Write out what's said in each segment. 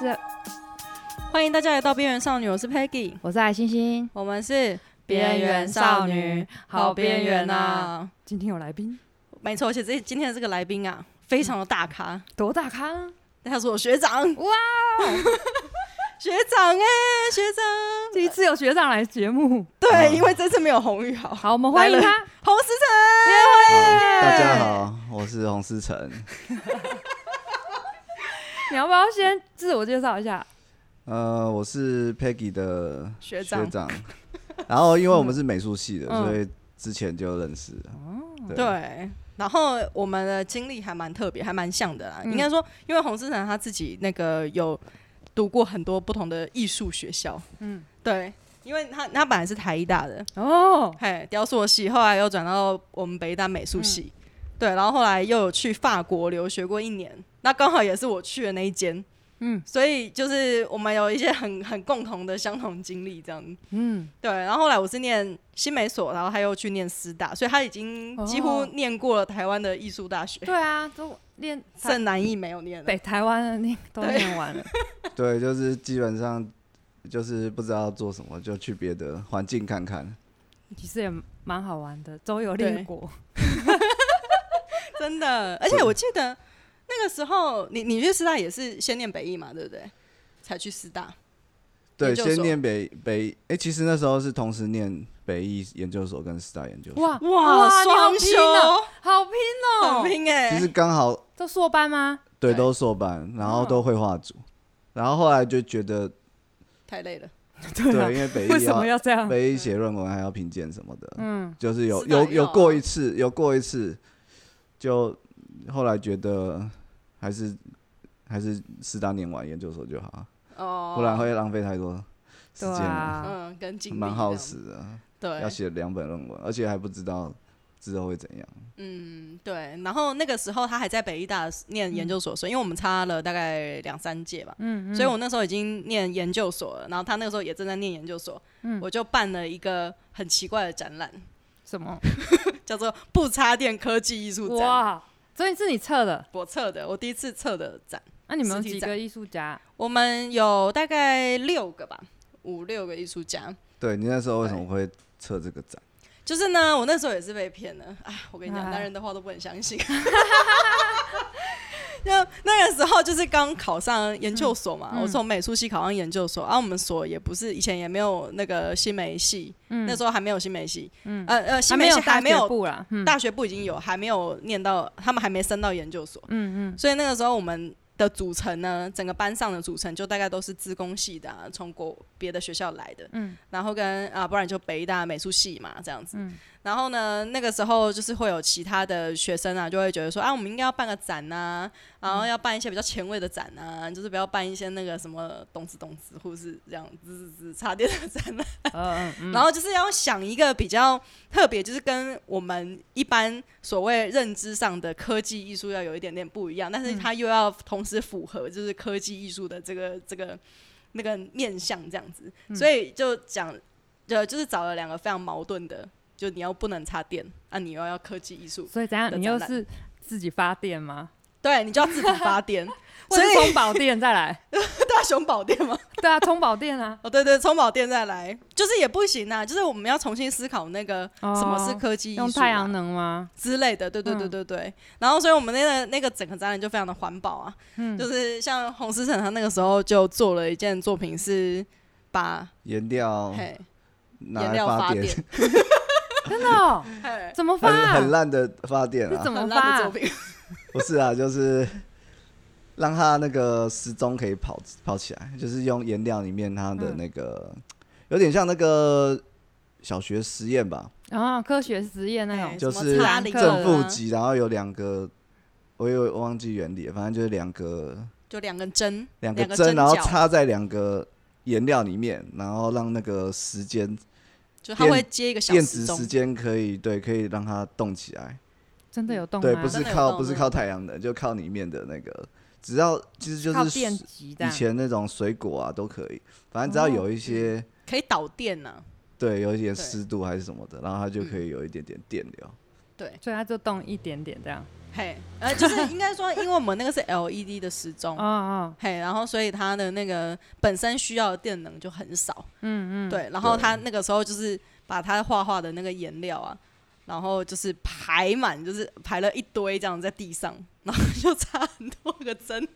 是欢迎大家来到边缘少女，我是 Peggy，我是爱星星，我们是边缘少女，好边缘！呐！啊今天有来宾，没错，而且这今天的这个来宾啊，非常的大咖，多大咖？啊他是我学长，哇，哦 学长哎、学长，第一次有学长来节目，对，因为这次没有红玉好，好，我们欢迎来了他。洪思成，大家好，我是洪思成。你要不要先自我介绍一下？呃，我是 Peggy 的学长然后因为我们是美术系的，嗯所以之前就认识了。哦对。然后我们的经历还蛮特别，还蛮像的啦。嗯应该说，因为洪思成他自己那个有读过很多不同的艺术学校，嗯嗯，对，因为他他本来是台艺大的，哦，嘿，雕塑系，后来又转到我们北大美术系，嗯对，然后后来又有去法国留学过一年，那刚好也是我去的那一间，嗯嗯，所以就是我们有一些很很共同的相同经历，这样子，嗯，对，然后后来我是念新美所，然后他又去念师大，所以他已经几乎哦念过了台湾的艺术大学，对啊，都练剩南艺没有念了北，台湾的念都念完了，对，就是基本上就是不知道做什么，就去别的环境看看。 其实也蛮好玩的，周游列国。真的，而且我记得那个时候你你去师大也是先念北艺嘛，对不对？才去师大，对，研究所先念北北，哎、其实那时候是同时念北艺研究所跟师大研究所。哇哇，你好双拼啊哦，修。好拼哦，很拼哎、其实刚好都硕班吗？对对都是硕班，然后都绘画组，然后后来就觉得太累了。对，因为北为艺什么要要这样？北艺写论文还要评鉴什么的，啊嗯，就是有是的有有有过一次，有过一次，就后来觉得还是还是适当念完研究所就好，啊哦，不然会浪费太多时对间了，啊，嗯，跟精力蛮这耗样时的，对要，写两本论文，而且还不知道之后会怎样。嗯，对。然后那个时候他还在北医大念研究所，所以因为我们差了大概两三届吧，嗯嗯，嗯所以我那时候已经念研究所了，然后他那个时候也正在念研究所，嗯我就办了一个很奇怪的展览，什么？叫做“不插电科技艺术展哇，所以是你测的？”，我测的，我第一次测的展。那你们有实体几展个艺术家？我们有大概六个吧，五六个艺术家。对你那时候为什么会测这个展？就是呢，我那时候也是被骗的。哎，我跟你哎讲，男人的话都不能相信。 那那个时候就是刚考上研究所嘛，嗯嗯我从美术系考上研究所，然、啊、后我们所也不是以前也没有那个新媒系，嗯那时候还没有新媒系，嗯呃呃，新还没媒系有还没大学有部啦，嗯大学部已经有，还没有念到，他们还没升到研究所，嗯嗯所以那个时候我们的组成呢，整个班上的组成就大概都是自工系的、啊，从国别的学校来的，嗯然后跟啊，不然就北大美术系嘛，这样子。嗯然后呢，那个时候就是会有其他的学生啊，就会觉得说啊，我们应该要办个展呐、嗯然后要办一些比较前卫的展呐、就是不要办一些那个什么动子动子或是这样滋滋滋插电的展览、嗯嗯嗯，然后就是要想一个比较特别，就是跟我们一般所谓认知上的科技艺术要有一点点不一样，但是它又要同时符合就是科技艺术的这个这个那个面向这样子，所以就讲就就是找了两个非常矛盾的，就你要不能插电，啊，你又要科技艺术，所以怎样？的你又展览是自己发电吗？对你就要自己发电， 或所者是以充饱电再来？ 大雄宝殿嘛，对啊，充饱电啊。 哦对对，充饱电再来，就是也不行啊，就是我们要重新思考那个什么是哦科技艺术、啊用太阳。能吗？之类的，对对对嗯对对。然后，所以我们那个那个整个展览就非常的环保啊，嗯就是像洪思成他那个时候就做了一件作品是把、颜料嘿哦拿颜来料发发电， 电， 真的哦？嘿怎么发很啊？很烂的发电是啊怎，么很发烂的啊作？品， 不是啊，就是让它那个时钟可以跑跑起来，就是用颜料里面它的嗯那个、有点像那个小学实验吧，啊，科学实验那嘿种。就什么是插铃对的正啊负极，然后有两个，我有我忘记原理了，反正就是两个就两根针，两个个针，然后角插在两个颜料里面，然后让那个时间就它电会接一个小电时子时钟，间可以对，可以让它动起来。真的有动对，吗？不是真的有靠动不是真的靠有太阳能，就靠里面的那个，只要其实就靠是电极的以。前那种水果啊都可以，反正只要哦有一嗯些、可以导电呐、啊对有一点对湿度还是什么的，然后它就可以有一点点电流。对，所以它就动一点点这样。嘿，呃，就是应该说，因为我们那个是 LED 的时钟哦，哦，嘿，然后所以它的那个本身需要的电能就很少，嗯嗯，对，然后他那个时候就是把他画画的那个颜料啊，然后就是排满，就是排了一堆这样在地上，然后就插很多个针，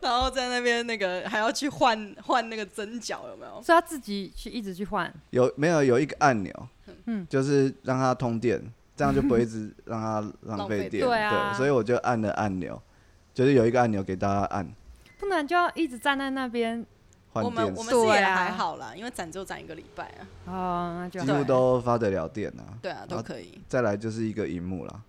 然后在那边那个还要去换换那个针脚，有没有？所以他自己去一直去换，有没有有一个按钮，嗯就是让它通电，这样就不会一直让它浪浪费费电电。对啊所以我就按了按钮，就是有一个按钮给大家按不然就要一直站在那边。换我们电我池，们是对也啊还好啦，因为展就展一个礼拜啊，哦，那就几好乎都发得了电啊。对啊，都可以。再来就是一个荧幕啦，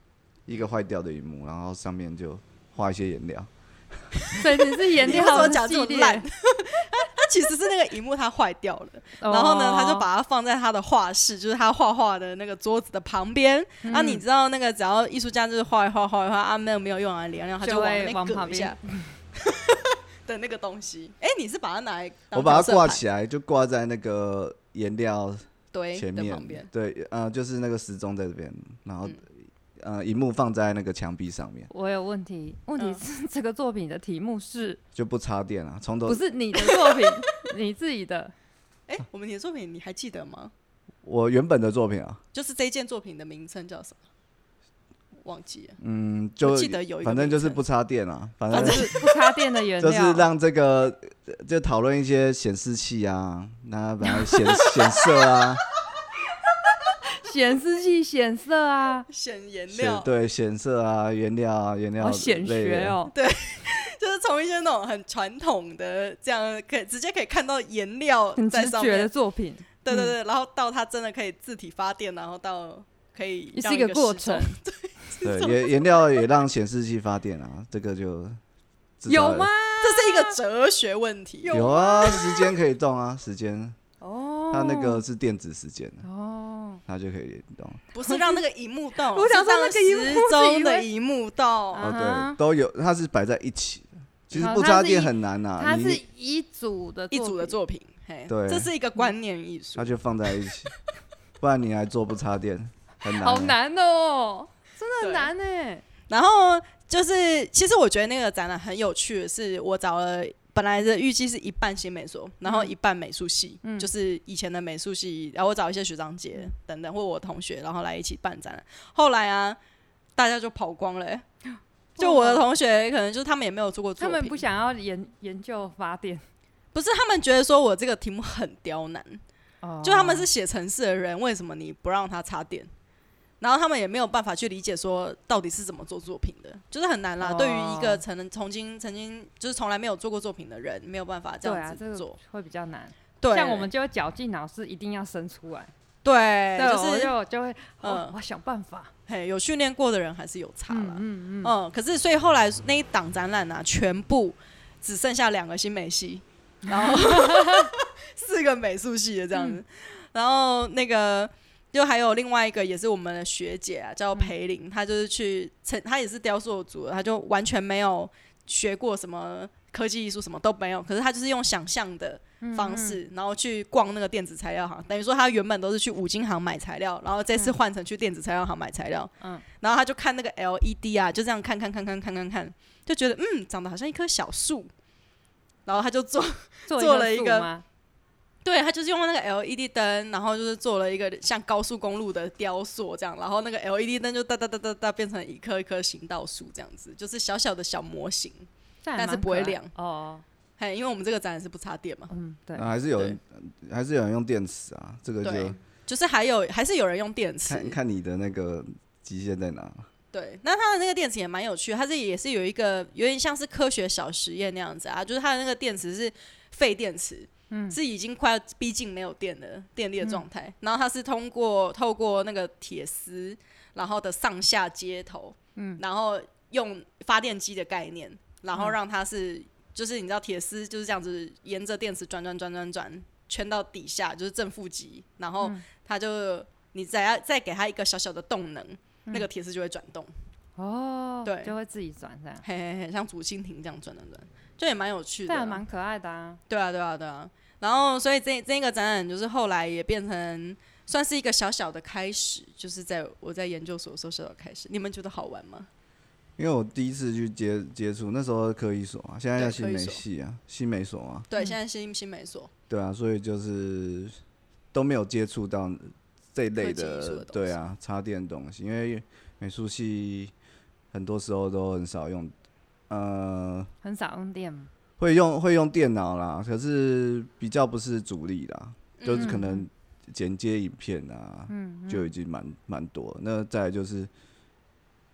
一个坏掉的荧幕，然后上面就画一些颜料。 所以你是演你练为什好么的讲这系么列，哦烂？ 它其实是那个荧幕它坏掉了，然哦然后呢，他就把它放在他的画室，就是他画画的那个桌子的旁边。嗯啊，你知道那个只要艺术家就是画一画画一画，啊，没有没有用啊，凉凉，他就往会那往边搁旁一下 的那个东西。哎，你是把它拿来当我把角它色挂盘起来，就挂在那个颜料堆前的旁面边。。对，呃，就是那个时钟在这边，然后、呃，荧幕放在那个墙壁上面，我有问题，问题是 这个作品的题目是就不插电啊，从头不是你的作品， 你自己的？哎，我们你的作品你还记得吗？我原本的作品啊，就是这件作品的名称叫什么？忘记了。嗯，我就记得有一个名称，反正就是不插电啊，反啊，正这是不插电的原料， 啊就是让这个就讨论一些显示器啊，那本来显显色啊，显示器显色啊，显颜显料，对显色啊，原料啊，原料好显类的学哦。就是从一些那种很传统的这样，可以直接可以看到颜料很在直上觉面的。作品，对对对，然后到它真的可以自体发电，然后到可以也让是一一个过时钟程。。对，也颜料也让显示器发电啊，这个就知道有了吗？？这是一个哲学问题。有啊，时间可以动啊，时间哦，它那个是电子时间的，哦，它就可以动。不是让那个荧幕动，我想说那个荧幕是是让时钟以的为荧幕动。啊哦，哈对，都有，它是摆在一起的。其实好不它插是电一很难呐、它啊你是一组的一组的品作品，嘿，对这是一个观念艺术它。就放在一起， 不然你还做不插电，很难、啊好。难哦，真的对很难欸呢。然后就是，其实我觉得那个展览很有趣的是，我找了本来的预计是一半新美术，然后一半美术系，嗯就是以前的美术系，然后我找一些学长姐等等或我同学，然后来一起办展览。后来啊，大家就跑光了欸、就我的同学可能就是他们也没有做过作哦他品，们不想要研研究发电，不是他们觉得说我这个题目很刁难，哦就他们是写程式的人，为什么你不让他插电？然后他们也没有办法去理解说到底是怎么做作品的，就是很难啦。哦对于一个曾曾经曾经就是从来没有做过作品的人，没有办法这对样啊，这子个做。会比较难。对,、像我们就绞尽脑汁，一定要生出来。对，对，就我是就就会，嗯哦我想办法。嘿，有训练过的人还是有差啦。嗯嗯嗯，嗯，可是所以后来那一档展览啊，全部只剩下两个新美系，然 后 四个美术系的这样子，嗯然后那个。就还有另外一个也是我们的学姐啊，嗯叫裴玲，她就是去成，她也是雕塑组的，她就完全没有学过什么科技艺术，什么都没有。可是她就是用想象的方式，然后去逛那个电子材料行，等于说她原本都是去五金行买材料，然后这次换成去电子材料行买材料，然后他就看那个 LED 啊，就这样看看看看看看看，就觉得嗯，长得好像一棵小树。然后他就做， 做做了了一一个个树吗对他就是用那个 LED 灯，然后就是做了一个像高速公路的雕塑这样，然后那个 LED 灯就哒哒哒哒哒变成一棵一棵行道树这样子，就是小小的小模型。这还但是蛮不会可爱亮哦。嘿，因为我们这个展览是不插电嘛，嗯，对啊、，还是有人，还是有人用电池啊，这个对就就是还有还是有人用电池，看看你的那个极限在哪。对，那它的那个电池也蛮有趣，它这也是有一个有点像是科学小实验那样子啊，就是它的那个电池是废电池，嗯，是已经快要逼近没有电的电力的状态，然后它是通过透过那个铁丝，然后的上下接头，嗯，然后用发电机的概念，然后让它是、就是你知道铁丝就是这样子沿着电池转转转转转圈到底下，就是正负极，然后它就你再要再给它一个小小的动能。那个铁丝就会转动，哦，对就会自己转这样，嘿嘿嘿，像竹蜻蜓这样转转转，就也蛮有这趣的还啦。啊蛮可爱的啊。对啊，对啊，对啊。然后，所以这这个展览就是后来也变成算是一个小小的开始，就是在我在研究所的时候小小的开始。你们觉得好玩吗？因为我第一次去接接触，那时候科一所啊，现在对叫新科一美所系啊，新美所啊，嗯对，现在新新美所，对啊，所以就是都没有接触到这一科类技艺术的东西对啊，插电的东西，因为美术系很多时候都很少用，呃，很少用电嘛，会用会用电脑啦，可是比较不是主力啦，就是嗯可能剪接影片啊，就已经蛮蛮多。那再来就是，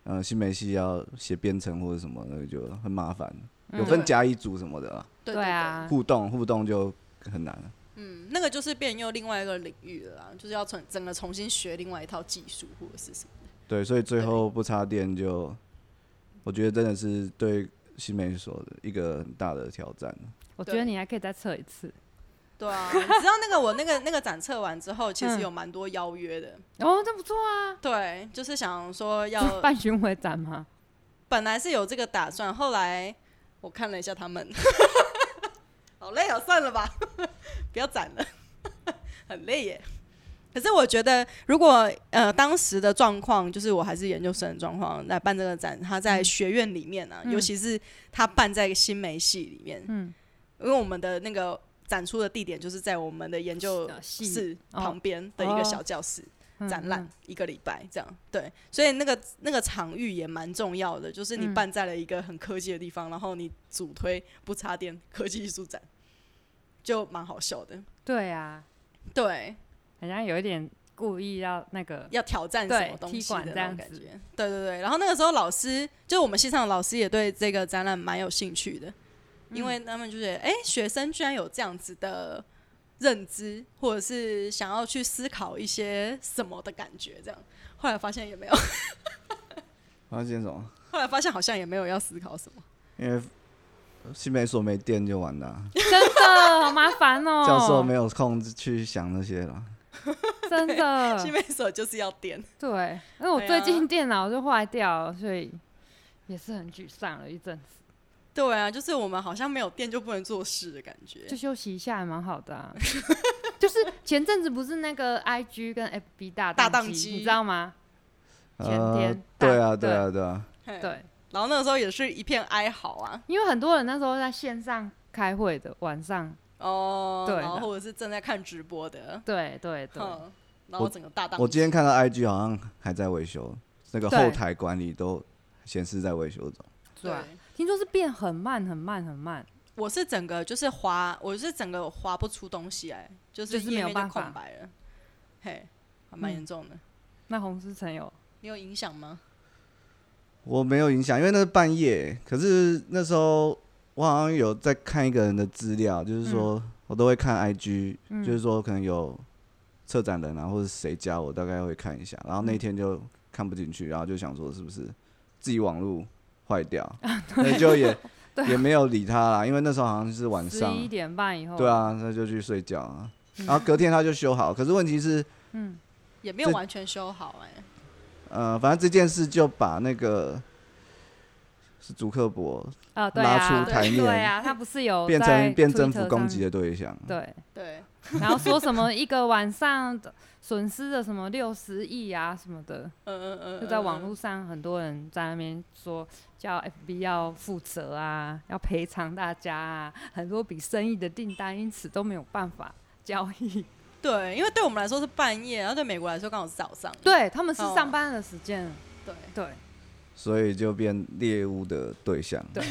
呃，新媒系要写编程或者什么，那个就很麻烦，有嗯分对嗯甲乙组什么的啦，对对啊，互动互动就很难了。嗯，那个就是变又另外一个领域了啦，就是要从整个重新学另外一套技术或者是什么。对，所以最后不插电就，我觉得真的是对新媒所的一个很大的挑战。我觉得你还可以再测一次对啊，你知道那个我那个那个展测完之后，其实嗯有蛮多邀约的。哦，这不错啊，对，就是想说 要，办巡回展吗？本来是有这个打算，后来我看了一下他们， 好累哦，算了吧， 不要展了， 很累耶。可是我觉得，如果呃当时的状况，就是我还是研究生的状况来办这个展，他在学院里面嗯啊，尤其是他办在新媒系里面，嗯，因为我们的那个展出的地点就是在我们的研究呃系室哦旁边的一个哦小教室，嗯展览嗯一个礼拜这样，对，所以那个那个场域也蛮重要的，就是你嗯办在了一个很科技的地方，然后你主推不插电科技艺术展，就蛮好笑的。对啊，对，好像有一点故意要那 个，要挑战什对么东踢西的馆这那种样感子觉。对对对，然后那个时候老师，就我们系上的老师也对这个展览蛮有兴趣的，因嗯为他们就觉得，哎、学生居然有这样子的认知，或者是想要去思考一些什么的感觉，这样。后来发现也没有，发现啊什么？后来发现好像也没有要思考 什么。因为新媒所没电就完了啊、真的好麻烦哦，教授没有空去想那些了。真新的美所 就是要点，对，因为我对啊最近电脑就坏掉了，所以也是很沮丧了一阵子，对啊，就是我们好像没有电就不能做事的感觉就。休息一下也蛮好的啊。 就是前阵子不是那个 I G 跟 F B 大大档宕机你知道吗？前呃天，对大啊，对对啊，对啊，嘿，对，然后那个时候也是一片哀嚎啊，因为很多人那时候在线上开会的，晚上，哦，对然后的或者是正在看直播的，对对对，嗯，然后整个大档，我今天看到 IG 好像还在维修，那个对后台管理都显示在维修中。对对啊，听说是变很慢很慢很慢，我是整个就是滑，我是整个滑不出东西来，就是就是没有页面办就法嗯空白了，嘿，还蛮严重的。那洪思成有你有影响吗？我没有影响，因为那是半夜。可是那时候我好像有在看一个人的资料，嗯就是说、我都会看 IG，、就是说可能有策展人啊，或者谁加我，大概会看一下。然后嗯那天就看不进去，然后就想说是不是自己网络 坏掉，啊那就也也没有理他啦，因为那时候好像是晚十上，一点嗯半以后，对，啊，那就去睡觉啊。然后隔天他就修好，可是问题是，也没有这完全修好哎、呃，反正这件事就把那个是竹克伯啊对拉啊，出台面对啊，他不是有哦变在成变征 Twitter 服上攻击的对象。对，对，然后说什么一个晚上损失了什么六十亿啊什么的，嗯嗯嗯，就在网络上很多人在那边说叫 FB 要负责啊，要赔偿大家啊，很多笔生意的订单因此都没有办法交易。嗯，对，因为对我们来说是半夜，然后对美国来说刚好是早上，对，他们是哦上班的时间。对，对，所以就变猎物的对象。对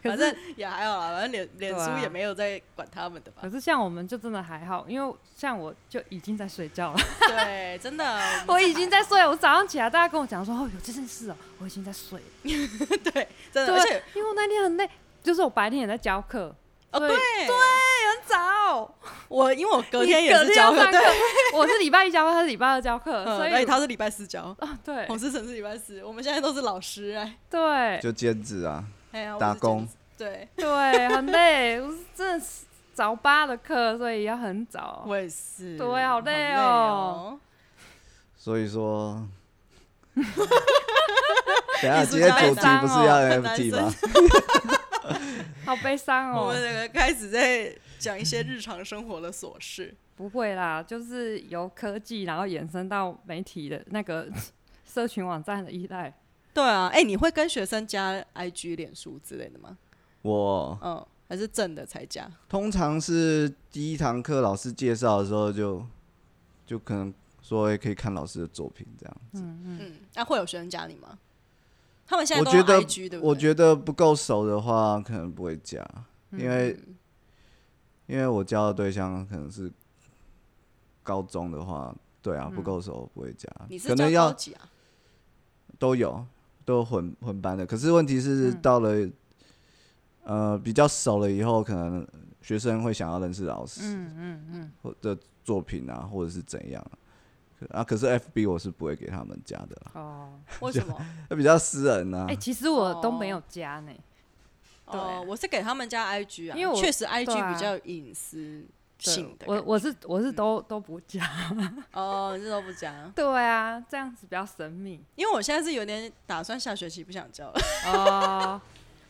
可反是正也还好啦，反正脸脸对啊书也没有在管他们的吧 可。是像我们就真的还好，因为像我就已经在睡觉了， 对，真的，们嗯我已经在睡了。我早上起来，大家跟我讲说哦有这件事哦，我已经在睡了，对，啊真的，对而且因为我那天很累，就是我白天也在教课，哦，所对以对，很早。我因为我隔天你也隔是天教要课，上课对，我是礼拜一教课，他是礼拜二教课，嗯所而且以他是礼拜四教，啊对洪思成是礼拜四，我们现在都是老师哎，对就兼职啊，哎呀，我打是这样工子，对对，很累，我是真的是早八的课，所以要很早。我也是，对好累哦累哦，所以 说，等一下艺术今家天主题不是要很难 FT 生 吗？好悲伤我哦们，整个开始在讲一些日常生活的琐事，不会啦， 就是由科技然后延伸到媒体的那个 社群网站的依赖。 对啊，哎、你会跟学生加 IG、脸书之类的吗？我嗯，还是正的才加？通常是第一堂课老师介绍的时候就就可能说诶可以看老师的作品这样。嗯，那、会有学生加你吗？他们现在我都用觉得 IG 对不对？我觉得不够熟的话，可能不会加，因为、嗯因为我交的对象可能是高中的话，对啊，不够熟不会加，嗯你是可教能高要级 啊？都有都有混混班的。可是问题是嗯到了、呃比较熟了以后，可能学生会想要认识老师，嗯嗯嗯，或的作品啊，或者是怎样可啊。可是 FB 我是不会给他们加的啦，哦，为什么？那比较私人啊。哎、其实我都没有加呢。对哦，我是给他们加 IG 啊，因为我确实 IG 对啊比较有隐私对性的感觉。嗯我我是我是都、都不加。 哦，这都不加，对啊，这样子比较神秘因为我现在是有点打算下学期不想交了。哦。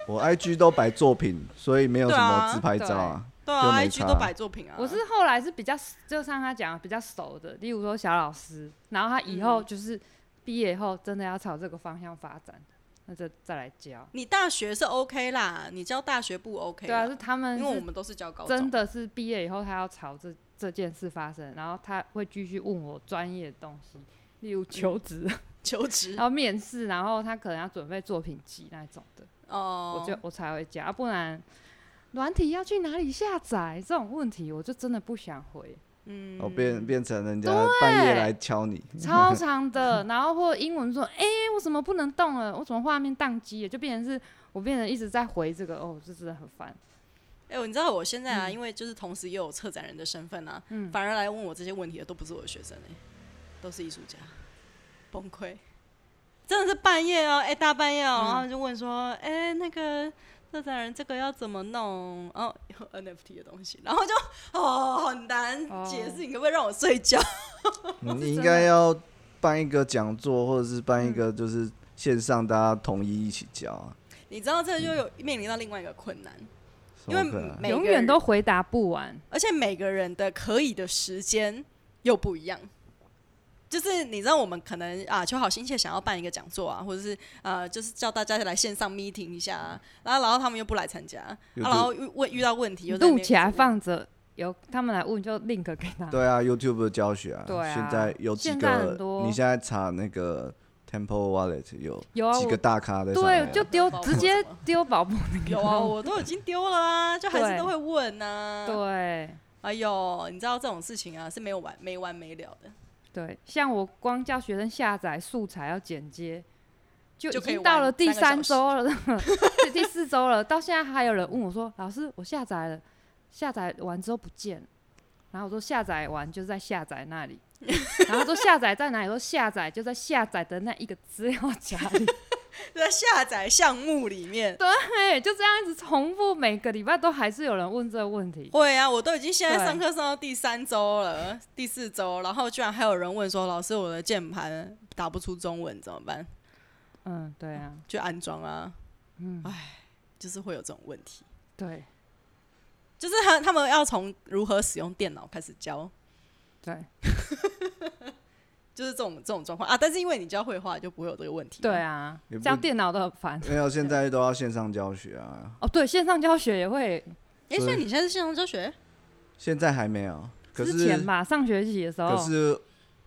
我 IG 都摆作品，所以没有什么自拍对啊照啊。对就啊没，IG 差都摆作品啊。 我是后来是比较，就像他讲的比较熟的，例如说小老师，然后他以嗯后就是毕业后真的要朝这个方向发展的，那就再来教。你大学是 OK 啦，你教大学不 OK 对啊，啦是他们因为我是们都是教高中，真的是毕业以后他要朝这这件事发生，然后他会继续问我专业的东西，例嗯如求 职，求职然后面试，然后他可能要准备作品集那种的，哦我。就我才会加，不然软体要去哪里下载这种问题，我就真的不想 回。我哦嗯变变成人家半夜来 敲你，超长 的，然后或英文说，哎、我怎么不能动了？我怎么画面宕机了？就变成是我变成一直在回这个，哦，这真的很烦。哎、我你知道我现在啊，因为就是同时也有策展人的身份啊，反而来问我这些问题的都不是我的学生哎、都是艺术家，崩溃，真的是半夜哦、哎、大半夜哦、然后他们就问说，哎、那个策展人这个要怎么弄？哦，有 NFT 的东西，然后就哦很难解释，你可不可以让我睡觉？ 嗯你应该要办一个讲座，或者是办一嗯个就是线上大家统一一起教啊。你知道这就有面临到另外一个困难，什么因为可能每个永远人都回答不完。而且每个人的可以的时间又不一样。就是你知道，我们可能啊，求好心切想要办一个讲座啊，或者是呃，就是叫大家来线上 meeting 一下、啊，然后然后他们又不来参加，啊、有这然后遇问遇到问题又在那录边起来放着，有他们来问就 link 给他。对啊，YouTube 的教学啊，对啊现在有几现在很个多，你现在查那个 Temple Wallet 有有啊，几个我大咖在上面对啊，就丢宝宝直接什么丢宝宝那个。有啊，我都已经丢了啊，就还是对都会问呐、啊。对哎呦，你知道这种事情啊是没有完没完没了的，对，像我光叫学生下载素材要剪接，就就已可以经玩到了第三个小三时周了， 第第四周了，到现在还有人问我说：“老师，我下载了，下载完之后不见了。”然后我说：“下载完就在下载那 里。”然后说下载在哪里？我说下载就在下载的那一个资料夹 里。就在下载项目里面。对，就这样一直重复，每个礼拜都还是有人问这个问题。会啊，我都已经现在对上课上到第三周了，第四周，然后居然还有人问说，老师我的键盘打不出中文怎么办？嗯，对啊，去安装啊。嗯，唉，就是会有这种问题，对就是他他们要从如何使用电脑开始教，对就是这种这种状况啊。但是因为你教绘画，就不会有这个问题。对，啊也，不这样电脑都很烦。没有，现在都要线上教学啊，哦，对，线上教学也会，哎、所以你现在是线上教学，现在还没有，可之前吧，上学期的时候可，是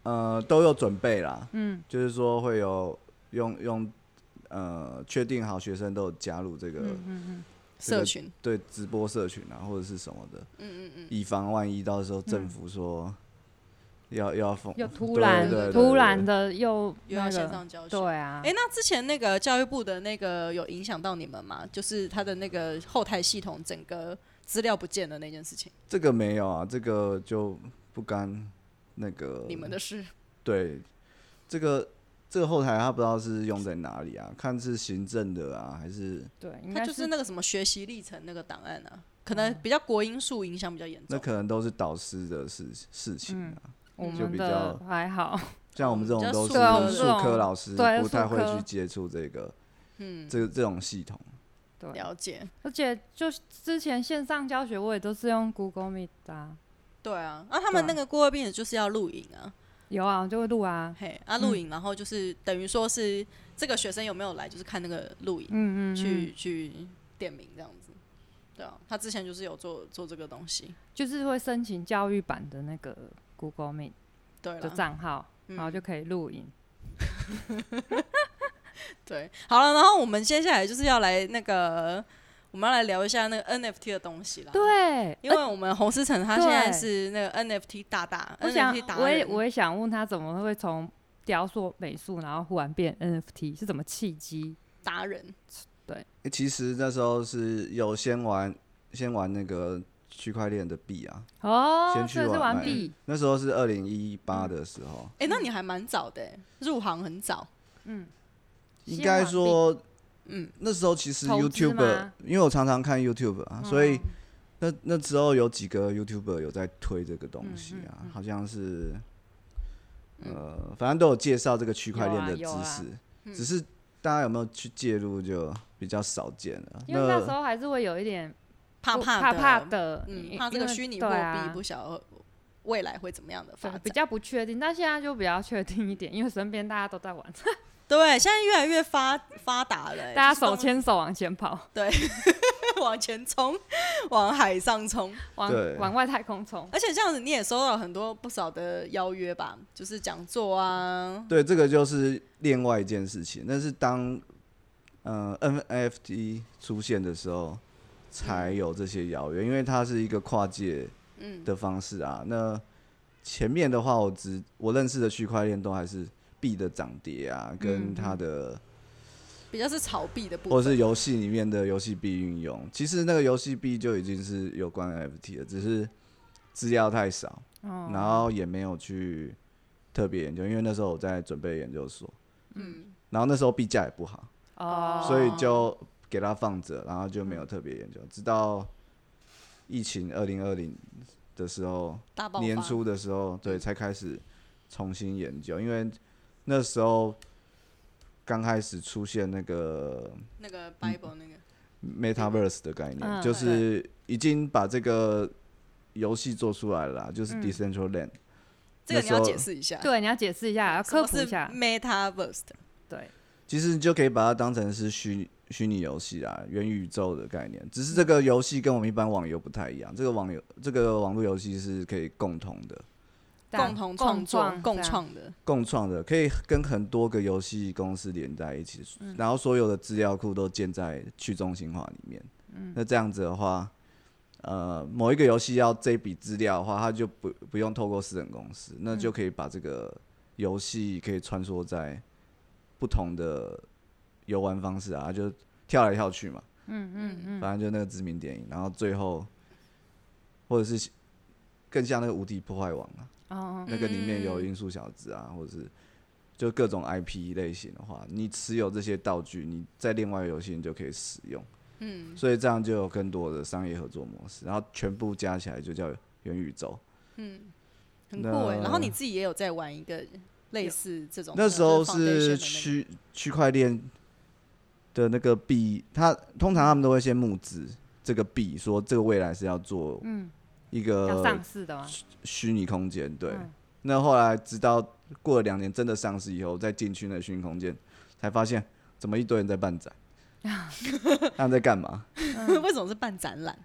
呃都有准备啦，嗯，就是说会有用用呃确定好学生都有加入这个、这社个群对直播社群啊或者是什么的，嗯嗯嗯，以防万一到时候政府说要、要封，又突对然对对突对然的又又要那线个，上教学。对啊哎、，那之前那个教育部的那个有影响到你们吗？就是他的那个后台系统整个资料不见了那件事情，这个没有啊，这个就不干那个你们的事。对这个。这个后台他不知道是用在哪里啊？看是行政的啊，还是对，应它该哦就是那个什么学习历程那个档案啊，可能比较国因素影响比较严那重。可能都是导师的事事情啊。我就们比的较还 好，像我们这种都对啊我们是这数种科老师，对不太会数科去接触这个，嗯，这这种系统。对，了解，而且就是之前线上教学我也都是用 Google Meet 啊，对啊，那、他们对啊那个孤儿病人就是要录影啊，有啊，我就会录啊，嘿，啊录影，然后就是等于说是这个学生有没有来，就是看那个录影，嗯嗯，嗯去去点名这样子。对啊，他之前就是有做做这个东西，就是会申请教育版的那个 Google Meet 对嗯的了，账号，然后就可以录影。对，好了，然后我们接下来就是要来那个，我们要来聊一下那个 NFT 的东西啦。，对，因为我们洪思成他现在对是那个 NFT 大大我想，NFT 达，人，我也我也想问他怎么会从雕塑美术，然后忽然变 NFT，是怎么契机？达人，嗯欸其实那时候是有先玩先玩那个区块链的币啊，哦，先去所以是玩玩买币，那时候是二零一嗯八的时候，哎、那你还蛮早的、入行很早，应先该玩币说嗯，那时候其实投资 YouTube，吗嗯因为我常常看 YouTube 啊，所以那那时候有几个 YouTuber 有在推这个东西啊，嗯好像是呃，反正都有介绍这个区块链的有啊有知啊识，只是大家有没有去介入就比较少见了。因为那时那候还是会有一点怕不怕怕的怕的，嗯，因怕这个因为虚拟对货币啊不晓得未来会怎么样的发对展比。较不确定，但现在就比较确定一点，因为身边大家都在玩，对，现在越来越发发达了、大家就是手动牵手往前跑， 往前冲，往海上冲。往对往外太空冲。而且这样子你也收到很多不少的邀约吧，就是讲座啊，对这个就是另外一件事情，但是当呃 NFT 出现的时候，才嗯有这些邀约，因为它是一个跨界嗯的方式啊。那前面的话，我只我认识的区块链都还是币的涨跌啊，跟它的、比较是炒币嗯的部分。或者是游戏里面的游戏币运用。其实那个游戏币就已经是有关 NFT 了，只是资料太少，哦嗯然后也没有去特别研究，因为那时候我在准备研究所，嗯，然后那时候币价也不好，哦，所以就给它放着，然后就没有特别研究，直到疫情二零二零的时候，大爆发。年初的时候，对，才开始重新研究，因为那时候刚开始出现那个那个嗯 Bible 那个， metaverse 的概念，嗯就是已经把这个游戏做出来了啦，就是嗯 Decentraland、这个那你时候要解释一下，对，你要解释一下，要什么科是普一下， Metaverse 的对，其实你就可以把它当成是虚虚拟游戏啊，元宇宙的概念。只是这嗯个游戏跟我们一般网游不太一样，这个网游这个网络游戏是可以共同的、这样共同创作、共，创的，共创的，可以跟很多个游戏公司连在一起，然后所有的资料库都建在去中心化里面。那这样子的话。呃，某一个游戏要这笔资料的话，它就不不用透过私人公司，那就可以把这个游戏可以穿梭在不同的游玩方式啊，就跳来跳去嘛。嗯嗯嗯，反正就那个知名电影，然后最后或者是更像那个《无敌破坏王》啊，哦，那个里面有音速小子啊，或者是就各种 IP 类型的话，你持有这些道具，你在另外一个游戏你就可以使用。嗯，所以这样就有更多的商业合作模式，然后全部加起来就叫元宇宙。很酷哎。那然后你自己也有在玩一个类似这种，那时候就是 foundation 是 区区块链的那个币，它通常他们都会先募资这个币，说这个未来是要做嗯，一要个上市的嘛，虚拟空间。对，嗯那后来直到过了两年真的上市以后，再进去那个虚拟空间，才发现怎么一堆人在 办展，他们在干嘛？那嗯个为什么是办展览？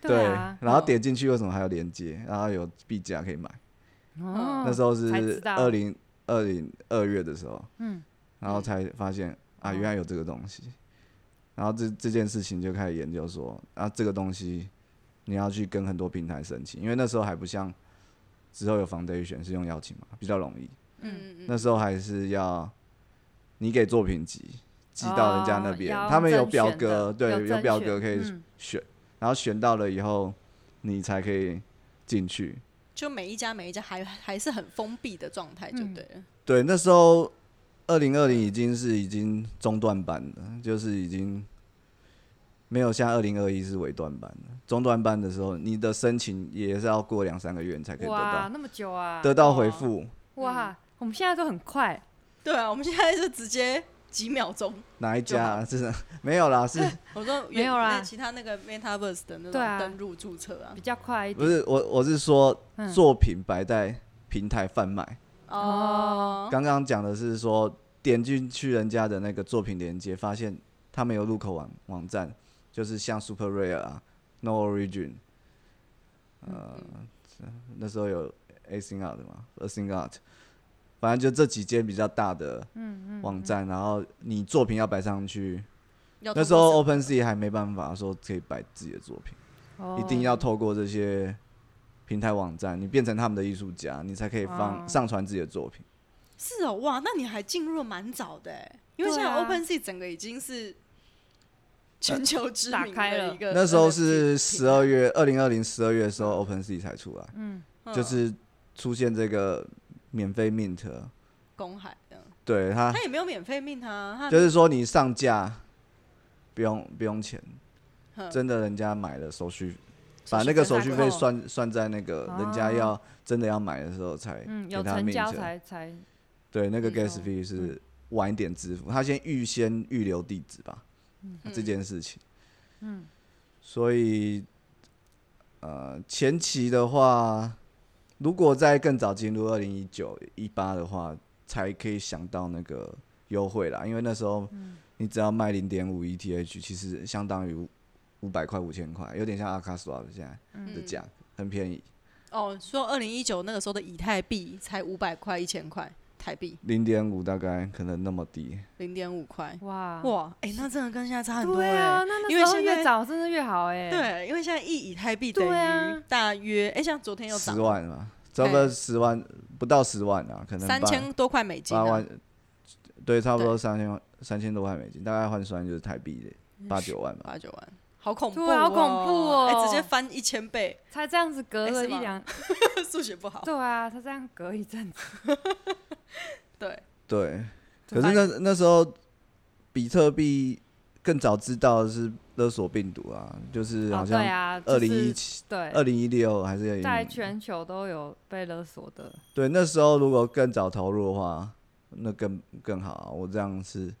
对啊，然后点进去为什么还有连接？然后有币价可以买。哦，那时候才知是道二零二零二月的时候，嗯，然后才发现哦啊，原来有这个东西，然后这这件事情就开始研究说啊，这个东西你要去跟很多平台申请，因为那时候还不像之后有 foundation 是用邀请嘛，比较容易，嗯嗯那时候还是要你给作品集寄到人家那哦边，要他们有甄表选格，的对，有有甄表选格可以嗯选，然后选到了以后你才可以进去，就每一家每一家还还是很封闭的状态，就嗯对了。对，那时候二零二零已经是已经中段班了，就是已经没有像二零二一是尾段班了。中段班的时候，你的申请也是要过两三个月你才可以得哇，到那么久啊，得到回复。嗯哇，我们现在都很快，对啊，我们现在就直接几秒钟。哪一家、就啊？是 没有啦，是我说没有啦那其他那个 Metaverse 的那对种啊登录注册啊比，较快一不点。是我？我是说嗯作品摆在平台贩卖。哦，刚刚讲的是说点进去人家的那个作品链接，发现他们有入口网网站，就是像 Super Rare 啊、No Origin，呃，那时候有 A Sing Art 嘛，A Sing Art，反正就这几间比较大的网站，然后你作品要摆上去，要那通时过候审 Open Sea 还没办法说可以摆自己的作品，哦嗯一定要透过这些平台网站，你变成他们的艺术家，你才可以放、哦上传自己的作品。是哦，哇，那你还进入得蛮早的欸，因为现在对啊 OpenSea 整个已经是全球知名打开的了一个 NFT 平台，那时候是十二月，二零二零十二月的时候，OpenSea 才出来，嗯就是出现这个免费 mint，公海的，对它他也没有免费命啊，他啊就是说你上架不用不用钱，哼真的人家买了手续，手把续那个费手拿续过费后算算在那个人家要真的要买的时候才哦嗯，给有他成交 mint，才才对，那个嗯 gas 哦 fee 是晚一点支付，他先预先预留地址吧，这件事情。嗯，所以呃，前期的话，如果再更早进入二零一九一八的话，才可以想到那个优惠啦，因为那时候你只要卖零点五 ETH，其实相当于五百块五千块，有点像阿卡斯瓦现在的价，很便宜，嗯哦，说二零一九那个时候的以太币才五百块一千块台币，零点五大概可能那么低。零点五块，哇哇，哎、那真的跟现在差很多对哎、啊，那那因为时候现在越早真的越好哎。，对，因为现在一以太币等对啊于大约，哎、像昨天又涨十万嘛，差不多十万不到十万啊，可能三八千多块美金、啊八万，，对，差不多三千万三千多块美金，大概换算就是台币的八九万吧。八九万，好恐怖、对啊好恐怖哦哎、直接翻一千倍， 才这样子隔哎了是一吗两，数学不好，对啊，他这样隔一阵子，对，对，可对是那那时候比特币更早知道的是勒索病毒啊，就是哦好对像啊，就二零一是七、对，二零一六还是二零在全球都有被勒索 的，对，那时候如果更早投入的话，那更更好啊、我这样是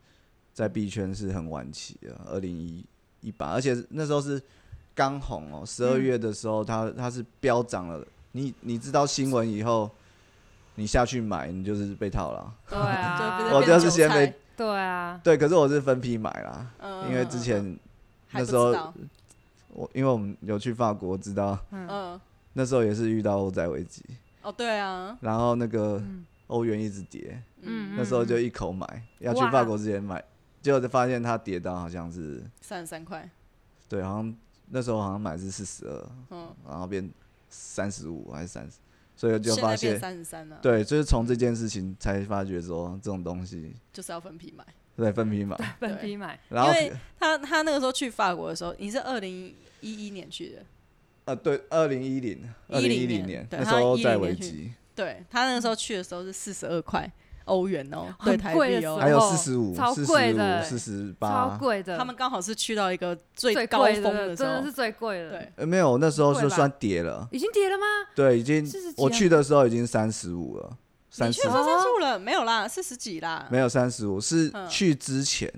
在币圈是很晚期的，二零一一八，而且那时候是刚红哦，十二嗯月的时候它它是飙涨了。你你知道新闻以后，你下去买，你就是被套了啊。对就啊，变我成就韭是先菜被，对啊，对，可是我是分批买啦，嗯因为之前还那不时候知道我因为我们有去法国，知道嗯，那时候也是遇到欧债危机，哦，对啊，然后那个嗯欧元一直跌，嗯，那时候嗯就一口买，要去哇法国之前买，结果就发现它跌到好像是，三十三块，对，好像那时候好像买是四十二，嗯，然后变三十五还是三十，所以就现在发变现，三十三了，对，就是从这件事情才发觉说这种东西就是要分批买。对分批买，本批买，然后因为他他那个时候去法国的时候，你是二零一一年去的，呃对，二零一零二零一10零年年对那时它候10在年危去机，对他那个时候去的时候是四十二块欧元哦，嗯很对台贵的币时候哦还，有哦四十五、超四十贵五、的四十超八，贵的，他们刚好是去到一个最最高贵峰的时真的候是，最贵的，对，呃没有，那时候贵就吧算跌了，已经跌了吗？对，已经40几我啊去的时候已经三十五了，你三去十的时候算数了没有啦，四十几啦，没有三十五，是嗯去之前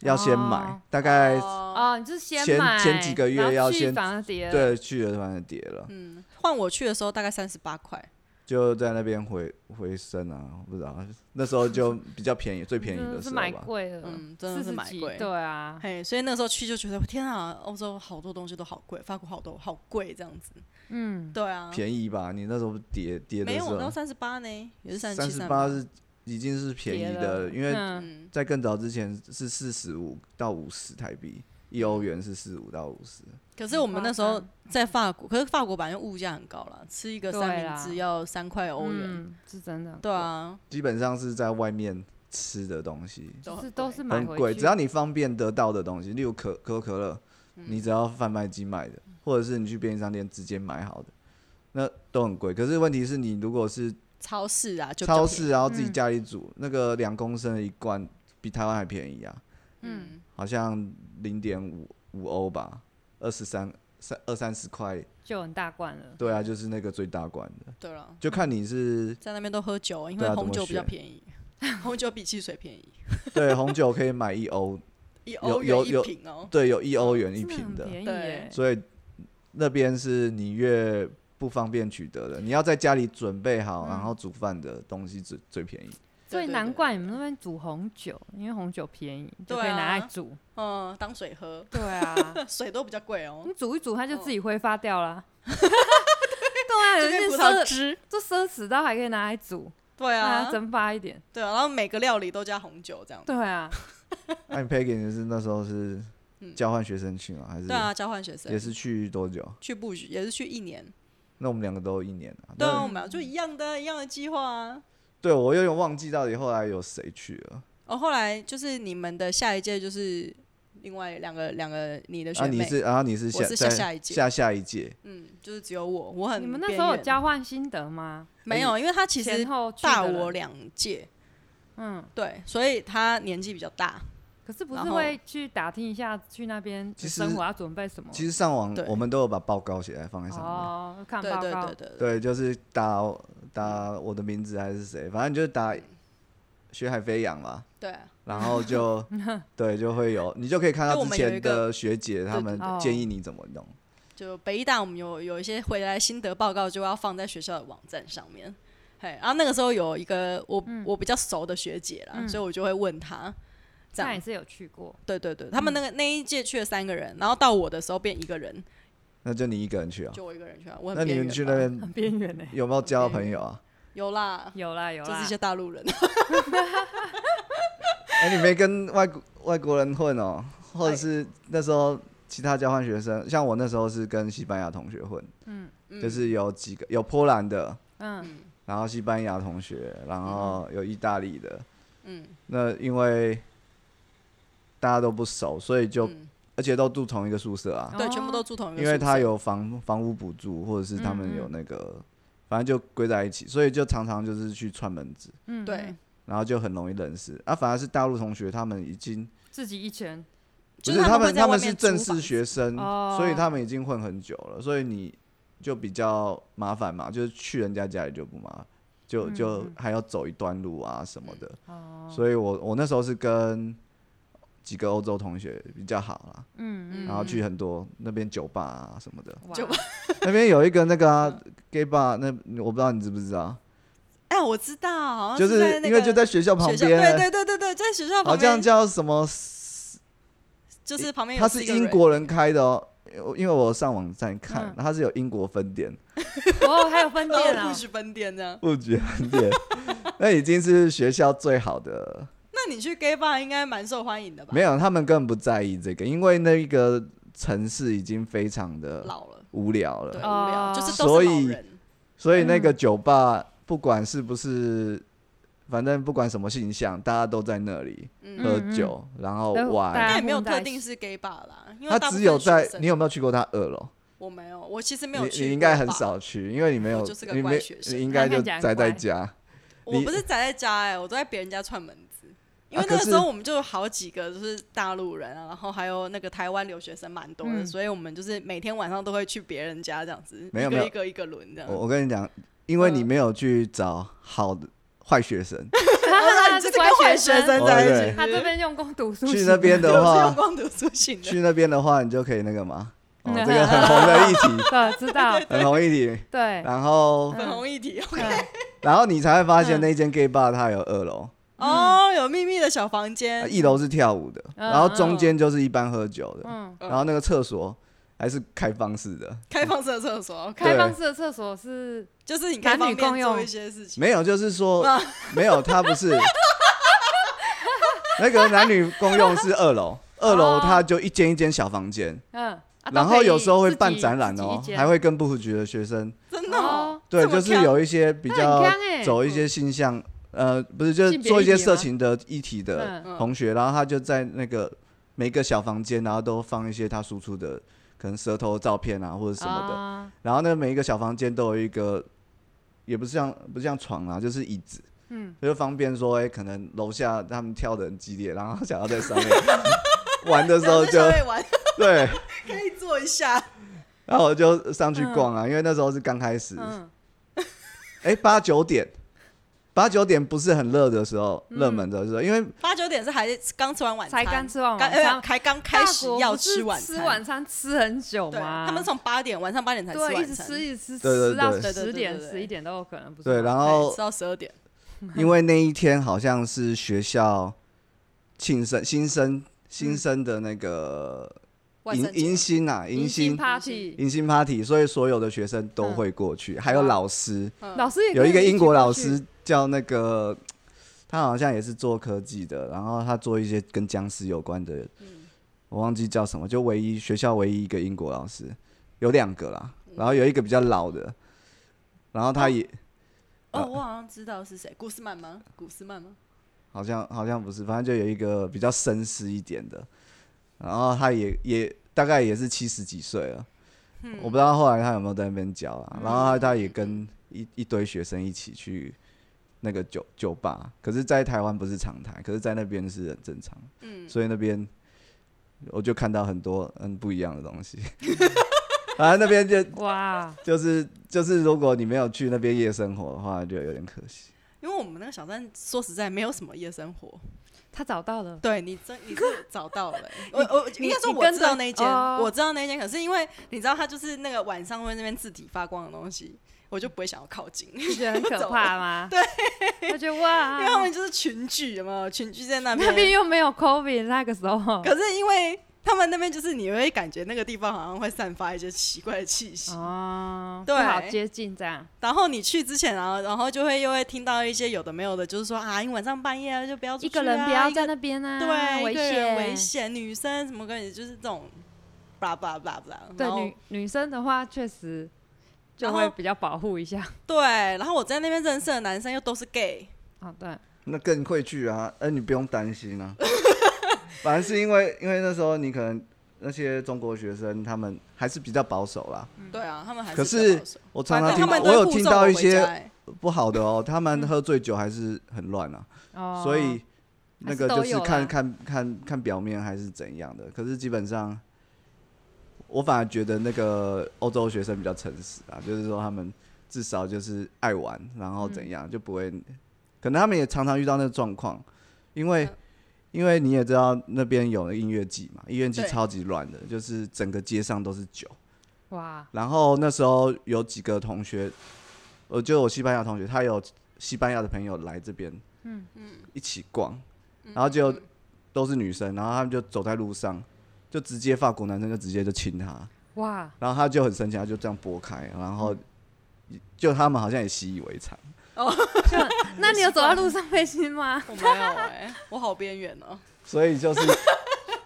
要先买哦，大概哦哦，你就是先前买，前几个月然后要去先反而跌了，对去了，反正跌了，嗯，换我去的时候大概三十八块，就在那边回回升啊，我不知道那时 候就比较便宜，最便宜真的的是时候买吧。贵了，嗯真的是40买几贵对啊，嘿，所以那时候去就觉得天啊，欧洲好多东西都好贵，法国好多好贵这样子，嗯，对啊，便宜吧？你那时候跌跌的没时有我到候，三十八呢，也是三三七十八八，是已经是便宜跌的，了因为嗯，嗯，在更早之前是四十五到五十台币，一欧元是四十五到五十，可是我们那时夸候张在法国，可是法国本来就物价很高了，吃一个对三明啦治要三块欧元，嗯是真的，对，啊，基本上是在外面吃的东西，都就是很都贵是买很回贵，去只要你方便得到的东西，例如可可口可乐，嗯你只要贩卖机买的，或者是你去便利商店直接买好的，那都很贵。可是问题是你如果是超市啊，就比较超便宜市，然后自己家里煮，那个两公升的一罐比台湾还便宜啊，嗯，好像零点五五欧吧，二十三三二三十块，就很大罐了，嗯对啊，就是那个最大罐的，对了，就看你是在那边都喝酒，因对为啊怎红么酒比较选便宜， 红酒比汽水便宜，对，红酒可以买一欧，一有欧有元一有瓶哦。对，有一欧元一真的很瓶 的，便宜对耶所以那边是你越不方便取得的，你要在家里准备好，嗯然后煮饭的东西最最 便宜。所以对对难对怪你们那边煮红酒，因为红酒便宜，就对可以拿啊来煮。嗯，当水喝， 对啊，水都比较贵哦 你。煮一煮，它就哦自己挥发掉了。 对 啊，这人边家哦葡奢萄汁，这奢侈到还可以拿来煮，对让它啊，蒸发一点。对啊，然后每个料理都加红酒这样。对啊，那你 Peggy 是那时候是嗯交换学生去吗？还是对啊，交换学也生是嗯去多久？去布局也是去一年，那我们两个都一年啊。对啊，那我们就一样的一样的计划啊。对我有点忘记到底后来有谁去了。哦，后来就是你们的下一届就是另外两个两个你的学啊，你妹，是啊，你是我下是下在下一届下下一届，嗯，就是只有我，我很你们那边时候有缘交换心得吗？没有？因为他其实前后去大的人我，两届，嗯，对，所以他年纪比较大。可是不然是后会去打听一下去那边其的实生活要准备什么？其实上网哦对我们都有把报告写在放在上面。哦，看对报对告对。对对，对，就是打打我的名字还是谁，反正就是打嗯学海飞扬嘛。对啊，然 后就对，就会有你就可以看就到我之们有前一个哦的学姐她对们对建议你怎么弄。就北医大我们有有一些回来心得报告就要放在学校的网站上面。嘿，然后那个时候有一个我、嗯我比较熟的学姐啦，所以我就会问她。这那样也，是有去过，对对对，他嗯们那个、那一届去了三个人，然后到我的时候变一个人，那就你一个人去啊？就我一个人去啊。我很那你边们缘去吧那边很边缘呢。有没有交到朋 友啊？有啦，有啦有就啦是一，些大陆人，哎、你没跟外国外国人混哦，或者是那时候其他交换学生，像我那时候是跟西班牙同学混，嗯，就是有几个有波兰的，嗯，然后西班牙同学，然后有意大利的，嗯，那因为大家都不熟，所以就、嗯而且都住同一个宿舍啊，对，哦全部都住同一个宿因舍，嗯为他有房房屋补助，或者是他们有那个，反正就归在一起，所以就常常就是去串门子，嗯，对嗯，然后就很容易认识。啊，反而是大陆同学他们已经自己一拳，就不是是他们会们，在他外们面是租正房式子学生，哦所以他们已经混很久了，所以你就比较麻烦嘛，就是去人家家里就不麻烦，嗯就就还要走一段路啊什么的。哦哦所以我我那时候是跟几个欧洲同学比较好啦，嗯然后去很多那边酒吧啊什么的。嗯，哇就那边有一个那个、啊、gay bar，那我不知道你知不知道，哎，我知道，好像就是在是那因为个就在学校旁学校，边，对对对对对，在学校好旁像边，叫什么？就是旁边有它四是个英人国人开的哦，因为我上网站看嗯，它是有英国分店。哦，还有分然店啊后 不，许分店这样。不觉点， 那已经是学校最好的。那你去 gay bar 应该蛮受欢迎的吧？没有，他们根本不在意这个，因为那一个城市已经非常的老了，无聊对，无了，聊，哦就是都所是以老人，所以那个酒吧不管是不是，反正不管什么性向，大家都在那里嗯喝酒，然后都大玩。家但也没有混在特一定起是 gay bar 啦，因为他大部只分有学在生你有没有去过他二楼？我没有，我其实没有去过你你应该很 bar 少，去，因为你没有我就是个，你乖没学生你应该他看就起来很宅在乖家。我你不是宅在家哎，我都在别人家串门子。因为啊那可个时是候我们就有好几个就是大陆人啊，然后还有那个台湾留学生蛮多的，嗯所以我们就是每天晚上都会去别人家这样子，没有一个没有一个一个轮这样。我我跟你讲，因为你嗯没有去找好的坏学生，然后他你就是是跟乖坏学学生哦在一对起，他这边用功读书，去那边对的我是 话用，光读书型的，去那边的话，你就可以那 个嘛，哦，嗯这个很红的议题，对，知 道，很红议题。对，然后，粉红一体嗯然后你才会发现嗯那间 gay bar 它有二楼，哦，有秘密的小房啊间，一楼是跳舞的，嗯然后中间就是一般喝酒的，嗯，然后那个厕所还是开放式的，开放式的厕所，开放式的厕所是就是你可以男方女便共做用一些事情。没有，就是说没有，它不是那个男女公用是二楼，二楼哦它就一间一间小房间，嗯，啊然后有时候会办展览哦，还会会跟布局的学生。真的哦，哦，对，这么就是挑有一些比较那很强欸走一些性向，呃，不是，就是性别做一些议题色吗情的议题的嗯同学，然后他就在那个每个小房间，然后都放一些他输出的可能舌头照片啊或者什么的，么然后那每一个小房间都有一个，也不是像不像床啊，就是椅子。嗯，就方便说，哎、可能楼下他们跳的很激烈，然后想要在上面 玩的时候在就上面玩 对，可以做一下，然后我嗯就上去逛啊，因为那时候是刚开始，的，嗯，哎、八九点，八九点不是很热的时候，热门的时候，因为八九点是还是刚吃完晚餐，才刚吃完晚刚呃餐，还刚开哦大始国要不是吃晚吃餐晚餐吃很久对，吗？他们从八点晚上八点才吃对一晚直餐，吃一直吃，对对吃到对对对十对点对十一点都有可能，不是吗？对，然对后吃到十二点，因为那一天好像是学校庆生新生新生的那个万圣迎节迎新啊，新迎新 party，嗯迎新 party，所以所有的学生都会过去，还有老师，嗯老师也有可以一个起英国过老去，师叫那个，他好像也是做科技的，然后他做一些跟僵尸有关的，嗯我忘记叫什么，就唯一学校唯一一个英国老师，有两个啦，嗯然后有一个比较老的，然后他也、哦，我好像知道是谁，古斯曼吗？古斯曼吗？好像好像不是，反正就有一个比较绅士一点的，然后他也也大概也是七十几岁了，我不知道后来他有没有在那边教啊。然后他他也跟一一堆学生一起去那个酒酒吧，可是，在台湾不是常态，可是在那边是很正常，嗯，所以那边我就看到很多嗯不一样的东西， 啊，那边就哇，就是就是如果你没有去那边夜生活的话，就有点可惜。因为我们那个小站说实在没有什么夜生活，他找到了，对你真 你是找到了欸、我我你应该说你我跟知道着那一间，哦我知道那一间，可是因为你知道它就是那个晚上会那边字体发光的东西，我就不会想要靠近，因你觉得很可 走怕吗？对，他觉得哇，为他们就是群聚，有没有群聚在那啊那边边？又没有 COVID 那个时候，可是因为他们那边就是你会感觉那个地方好像会散发一些奇怪的气息，哦，对不好接近这样，然后你去之前，然后然后就会又会听到一些有的没有的，就是说啊，你晚上半夜啊就不要出去、啊，一个人不要一个在那边啊，对，危一个人险，危险，女生什么跟你就是这种，blah blah blah blah，对然后女女生的话，确实就然后会比较保护一下。对，然后我在那边认识的男生又都是 gay，哦，对，那更会去啊，哎、你不用担 心啊。反正是因为因为那时候你可能那些中国学生他们还是比较保守啦。嗯对啊，他们还可是比较保守我常反正常听他们我都有护听送到我一回些家嗯欸不好的哦，他们喝醉酒还是很乱啊，哦，所以那个就还是是都有啦看看看看表面还是怎样的。可是基本上，我反而觉得那个欧洲学生比较诚实啊，就是说他们至少就是爱玩，然后嗯怎样、就不会，可能他们也常常遇到那个状况，因为、嗯因为你也知道那边有音乐季嘛，音乐季对超级乱的，就是整个街上都是酒。哇，然后那时候有几个同学，我就我西班牙同学，他有西班牙的朋友来这边，嗯嗯，一起逛，嗯然后就都是女生，然后他们就走在路上，就直接法国男生就直接就亲她，哇，然后他就很生气，他就这样拨开，然后嗯就他们好像也习以为常，就那你有走在路上被亲吗？我没有哎，我好边缘 哦。所以 就是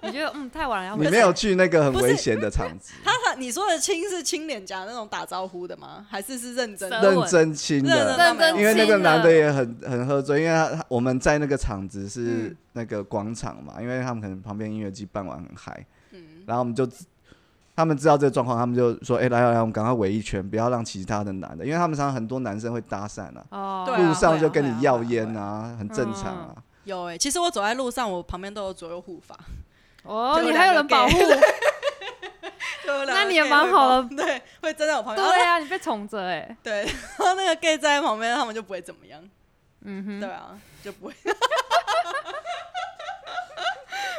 你觉得嗯太晚了，要你回没有去那个很不是危险的场 子，他他你说的亲是亲脸颊那种打招呼的吗？还是是认真的？舌吻认真亲认真的。的认真，因为那个男的，也很很喝醉，因为他他我们在那个场子是嗯那个广场嘛，因为他们可能旁边音乐季办完很嗨，嗯，然后我们就知他们知道这个状况，他们就说：“哎、来来来，我们赶快围一圈，不要让其他的男的，因为他们常常很多男生会搭讪啊，哦，对啊路上就跟会啊你会啊要烟啊，很正常啊。有哎，其实我走在路上，我旁边都有左右护法，哦，就有你还有两人个保护， 就有两那个你也 gay 蛮会好帮， 对，会站在我旁边，然后对啊，你被宠着哎，对， 然后那个 gay 站在旁边，他们就不会怎么样。嗯哼，对啊，就不会。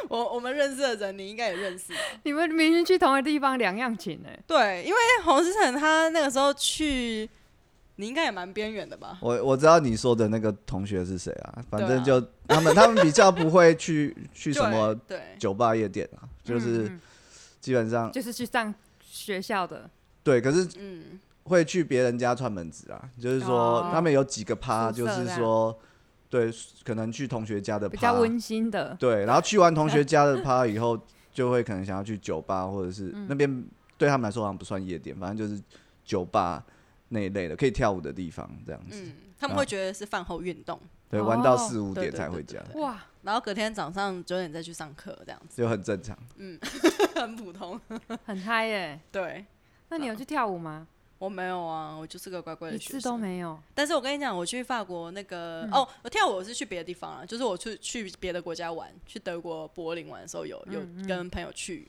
我我们认识的人，你应该也认识吧。你们明明去同一个地方，两样情哎，对，因为洪思成他那个时候去，你应该也蛮边缘的吧？我我知道你说的那个同学是谁啊，反对啊正就、他们他们比较不 会去去什么对？对，酒吧夜店啊，就是嗯基本上、嗯就是去上学校的，对，可是嗯，会去别人家串门子啊，就是说、哦他们有几个趴，宿舍就这样是说对，可能去同学家的比趴较，温馨的，对，然后去完同学家的趴以后，就会可能想要去酒吧，或者是嗯那边对他们来说好像不算夜店，反正就是酒吧那一类的可以跳舞的地方这样子。嗯，他们会觉得是饭后运动，对，哦玩到四五对点对才对回对家，对哇，然后隔天早上九点再去上课，这样子就很正常。很普通。很嗨哎，对那你有去跳舞吗？我没有啊，我就是个乖乖一的学次都生。没有，但是我跟你讲，我去法国那个、哦，我跳舞我是去别的地方啊，就是我去去别的国家玩，去德国柏林玩的时候有有跟朋友去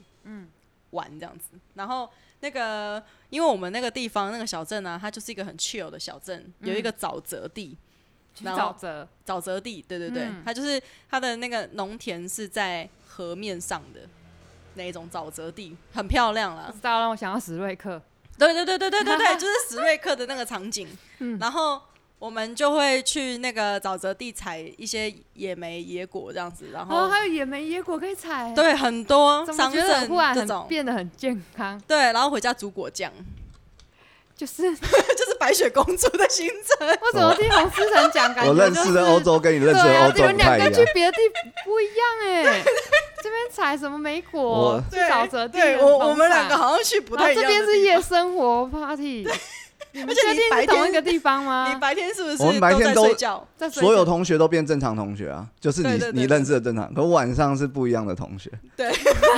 玩这样子。然后那个因为我们那个地方那个小镇啊，它就是一个很 chill 的小镇，有一个沼泽地。去然后沼泽，沼泽地，对对对，嗯它就是它的那个农田是在河面上的那一种沼泽地，很漂亮不啦。知道让我想到史瑞克，对对对对对 对对，就是史瑞克的那个场景。嗯然后我们就会去那个沼泽地采一些野莓、野果这样子，然后、哦，还有野莓野果可以采，，对很多怎么桑觉得葚忽然这很种，变得很健康？对，然后回家煮果酱， 就是就是白雪公主的行程。我怎么听洪思成讲，感觉我认就是识的欧洲跟你认识对的啊欧你洲们不两太个一去样。别的地不一样哎、 这边采什么莓果我，去沼泽地对的我农我们两个场好像去不太一然后样啊哦这边的地方。是夜生活 party，你们而且确你定白是同天一个地方你吗？白天是不是我们白天在都睡觉？ 在水所有里同学都变正常同学啊，就是你对对对你认识的正常，可晚上是不一样的同学。对，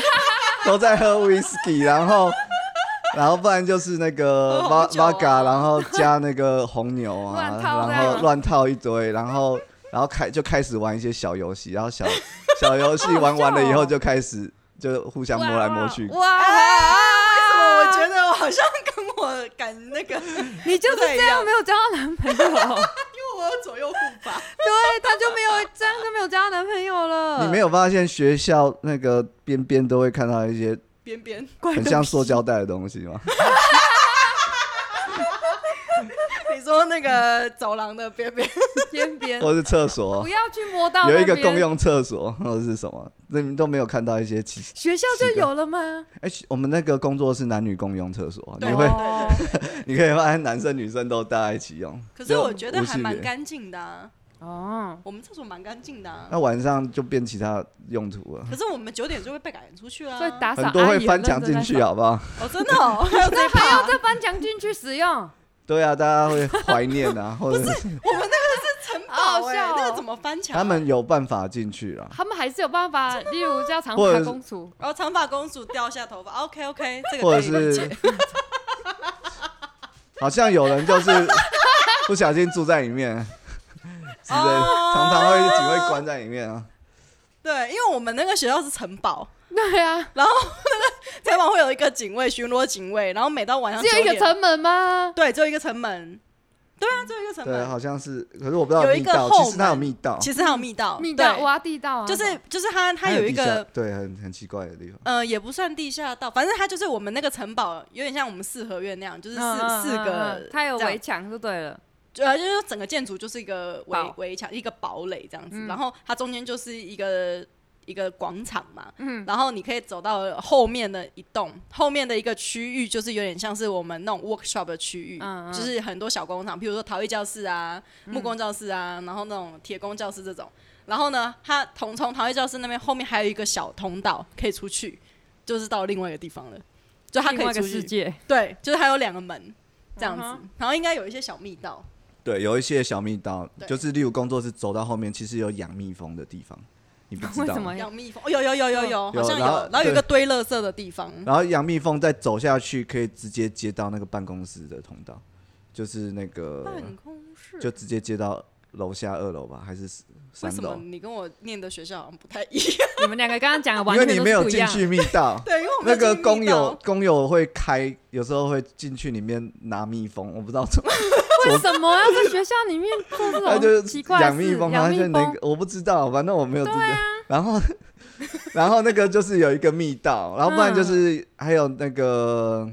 都在喝 whisky，然后然后不然就是那个喝 v 红 o 酒啊 d k a 然后加那个红牛啊，乱套这样然后乱套一堆，然后然后开就开始玩一些小游戏，然后小小游戏玩完了以后就开始就互相摸来摸去，哇，啊为什么我觉得我好像跟我感 那个，因你就是不太一这样样没有交到男朋友，为我有左右护法， 对，他就没有这样就没有交到男朋友了。你没有有发现学校那个边边都会看到一些边边，很 像塑胶袋的东西吗？你说那个走廊的边边，边边，或是厕所啊不要去摸到有一那个边共，用厕所 或者是什么？那你们都没有看到一些奇学校就有了吗？哎、我们那个工作是男女共用厕所，你对会 哦你可以发现男生女生都大家一起用。可是就我觉得无还性蛮别。干净的、啊，哦，我们厕所蛮干净的、啊。那晚上就变其他用途了，可是我们九点就会被赶出去啊！所以打扫很多阿会姨也翻认墙真进在去，啊扫好不好？哦，真的哦， 还有这一趴这翻墙进去使用，对啊，大家会怀念 啊，或者是城好堡好哎、笑哦那个怎么翻墙啊？他们有办法进去啦。他们还是有办法，例如叫长或者发是公主，然后长发公主掉下头发，OK OK，这个或可者以理解 是。 好像有人就是不小心住在里面 之类的，哦常常会只会关在里面啊。对，因为我们那个学校是城堡，对啊，城堡会有一个警卫巡逻警卫，然后每到晚上只有一9个点城门吗？对，只有一个城门。对啊，只有一个 城对，门。好像是，可是我不知道有一密个道，后其实它有门密道，其实还有密道，密道对挖地道啊，就是就是它它还有一地下个对很很奇怪的地方。呃，也不算地下道，反正它就是我们那个城堡，有点像我们四合院那样，嗯就是四、四个，它嗯有这样围墙就对了，呃，就是整个建筑就是一个围堡围墙，一个堡垒这样子，嗯然后它中间就是一个。一个广场嘛，嗯然后你可以走到后面的一栋，后面的一个区域，就是有点像是我们那种 workshop 的区域，嗯嗯嗯就是很多小工厂，比如说陶艺教室啊、木工教室啊，然后那种铁工教室这种。然后呢，它同从陶艺教室那边后面还有一个小通道可以出去，就是到另外一个地方了，就它另可外以一个出世去，界，对，就是它有两个门这样子，嗯哼然后应该有一些小密道，对，有一些小密道，对就是例如工作室走到后面，其实有养蜜蜂的地方，你不 知为道什么吗。呀？养蜜蜂，哦，有有有有有，好嗯有像有，然后嗯然后有一个堆垃圾的地方，然后养蜜蜂再走下去，可以直接接到那个办公室的通道，就是那个办公室。就直接接到楼下二楼吧，还是为三什么楼？你跟我念的学校好像 不太一样？，你们两个刚刚讲的完因为全你都没是有不一进样。 去密道对，因为我们 那个进密道工友工友会开，有时候会进去里面拿蜜蜂，我不知道怎么，为什么要在学校里面做 他这哎就种是奇怪的养事？蜜蜂，养他蜜就蜂，啊那个我不知道，反正我没有知道。然后， 然后那个就是有一个密道，然后不然嗯就是还有那个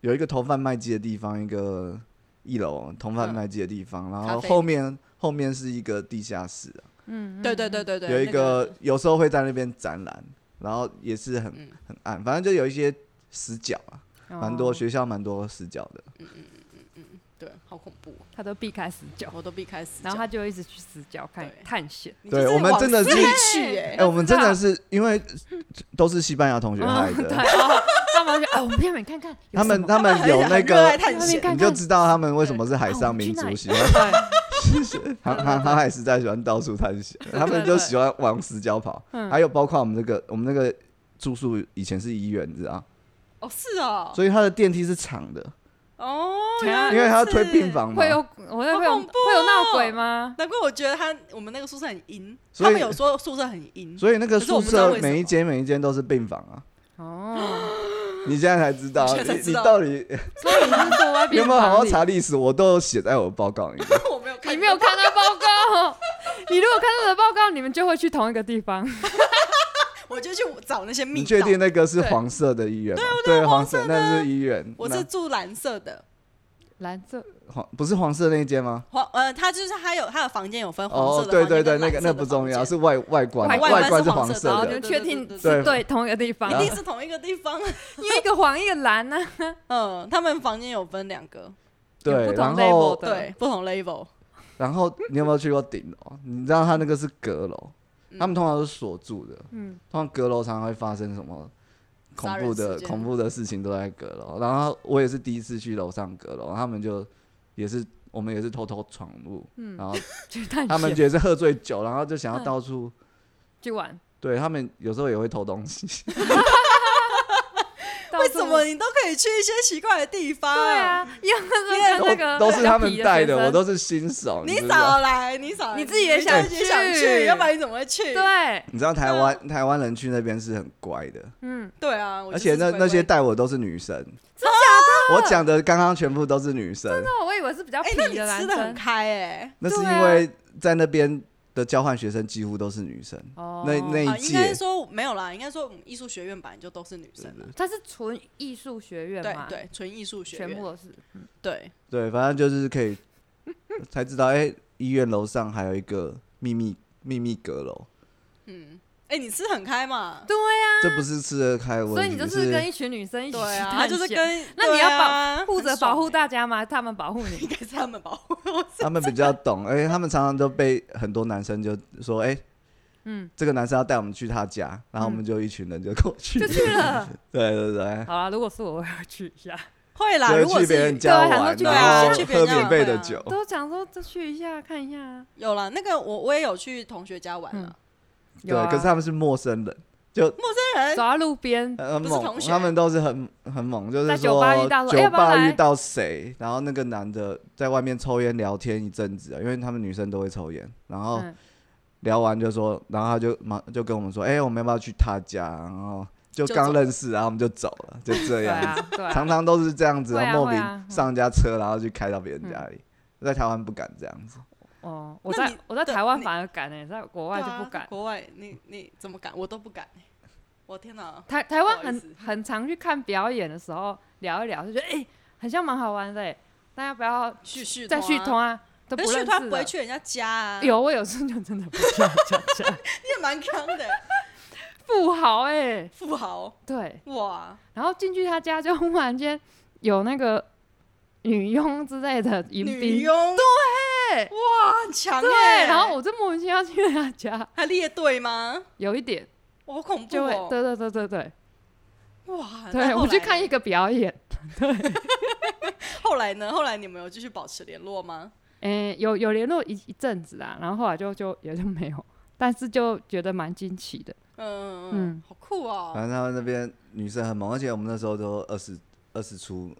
有一个头贩卖机的地方，一个一楼头贩卖机的地方，然咖后啡后面后面是一个地下室啊、嗯，嗯对对，对对对，有一那个有时候会在那边展览，然后也是很嗯很暗，反正就有一些死角啊，哦蛮多、学校蛮多死角的。对，好恐怖哦，他都避开死角，我都避开死角。然后他就一直去死角看对探险。你就是对我们往真的死是里去哎哎、、知我们真道的是因为都是西班牙同学害嗯，的，对，哦他们就哎，我们去那边看看，有他什们么他们很 有那很热个爱探那险边，看你就看知道他们为什么是海哦上民族，喜欢 对，航航航海时代喜欢到处探险，他们就喜欢往死角跑。嗯还有包括我们这个我们那个住宿以前是医院，你知道， 哦是哦，所以它的电梯是长的，哦，怎原来样因为它要如推此病，房嘛会。有我会好会有恐怖会有闹哦鬼吗？难怪我觉得他我们那个宿舍很阴，所他以们有说宿舍很阴，所以那个可是我宿不知道舍为什么每一间每一间都是病房啊，哦，你现在才知道，我 你现在才知你道到底所以你是坐在你有病没有好房好里， 查历史？我都有写在我的报告里面。我没有看，你没有看到报告， 你如果看到的报告，你们就会去同一个地方。我就去找那些密你道。确定那个是黄色的医院吗？对，黄色那是医院。我那是住蓝色的，蓝色黄不是黄色那一间吗？黄呃，它就是它有它的房间有分呃黄色哦的，房对间对对，跟那蓝个色那的不房重要，间是外外观，啊外观外观是黄黄色的然哦后色你对们对确对定对是对对同一个地方，一定是同一个地方。啊因为一个黄一个蓝啊呢、嗯，他们房间有分两个，有对，不同然 level 后的对，不同 level。然后你有没有去过顶楼？你知道他那个是阁楼，他们通常都是锁住的。嗯，通常阁楼常常会发生什么恐杀人怖事的件恐怖的事情都在阁楼。然后我也是第一次去楼上阁楼，他们就也是我们也是偷偷闯入，然后去探他们险也是喝醉酒，然后就想要到处。去玩。对他们有时候也会偷东西，到为处什么你都可以去一些奇怪的地方？对，啊，因为那个都那个都是他们带的的，学生，我都是新手。你你知道少来，你少来，你自己也就想自己想去去，要不然你怎么会去？对，啊你知道台湾台湾人去那边是很乖的，嗯，对啊，我就而是且那乖那乖些带我都是女生，真的？我讲的刚刚全部都是女生，那哦我以为是比较哎，皮那你的男吃的很生。开哎。那是对因啊为在那边的交换学生几乎都是女生，哦那那啊，一应该届说没有啦，应该说我们艺术学院本来就都是女生啊，它是纯艺术学院对嘛？，对，纯艺术学全部院，都是。对，对，反正就是可以才知道，哎，医院楼上还有一个秘密秘密阁楼，嗯，哎，你吃很开嘛？对呀、这不是吃得开，啊我所以你只就是跟一群女生一起对去啊，探他险，就是 跟那你要保 保负责欸保护，大家嘛，他们保护你 应。该是他们保护我。他们比较懂，而且他们常常都被很多男生就说，哎、嗯，这个男生要带我们去他家，然后我们就一群人就过去，就去 了。 对对对，好啦，如果是我，我也要去一下。会啦，如就果去别是人家对啊玩，去然后别人家喝免费对的啊酒，都想说就去一下看一下啊。有啦，那个我我也有去同学家玩嗯了，有啊，对，可是他们是陌生人，就那人走到路边，很不是同猛，学他们都是很很猛，就是在说酒吧遇到说哎酒要不要吧来遇到谁，然后那个男的在外面抽烟聊天一阵子，啊因为他们女生都会抽烟，然哦后嗯聊完就说，然后他就马就跟我们说，哎、我们要不要去他家？然后就就刚走认识，然后我们就走了， 就这对样子。啊，对啊，常常都是这样子，会啊然后莫会啊名嗯上人家车，然后去开到别人家里。在台湾不敢这样子，哦，我那在你我在对台湾你反而敢欸呢，在国外就不对啊敢。国外你你怎么敢？我都不敢欸。我天哪！台台湾不好意思很很常去看表演的时候聊一聊，就觉得哎、很像蛮好玩的欸，大家不要去续再续通通啊，啊，都可不是续认通识不会了。去人家家啊，有我有时候就真的不想讲 讲你也蛮坑的欸富豪哎、富豪对，哇！然后进去他家就忽然间有那个女佣之类的迎女宾，佣对哇，很强对，哎。然后我就莫名其妙去他家，还列队吗？有一点哇好恐怖就会，哦！对对对对对，哇，对那后我去来看一个表演，后来呢？后来你们有继续保持联络吗？诶、有有联络一一阵子啊，然后后来就就也就没有，但是就觉得蛮惊奇的，嗯嗯嗯，好酷反哦！正他们那边女生很猛，而且我们那时候都二十二十出，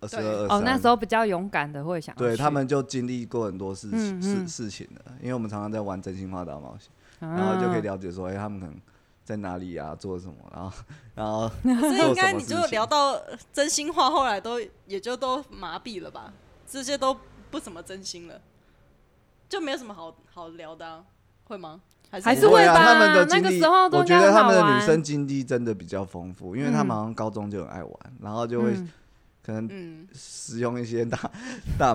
二十二对哦二哦，那时候候比较勇敢的会想要对去他，们就经历过很多事嗯情事嗯啊事情的，因为我们常常在玩真心话大冒险，然然后就可以了解说，哎，他们可能在哪里啊，做什么，然后 然 后所以做应该什么你事就情聊到真心话，后来都也就都麻痹了吧？这些都不怎么真心了，就没有什么好好聊的、啊，会吗？还是还是不会会啊，吧他们的经历那个时候都我觉应得该他很好们的玩女生经历真的比较丰富，因为他们啊嗯好像高中就很爱玩，然后就会嗯可能嗯，使用一些大 大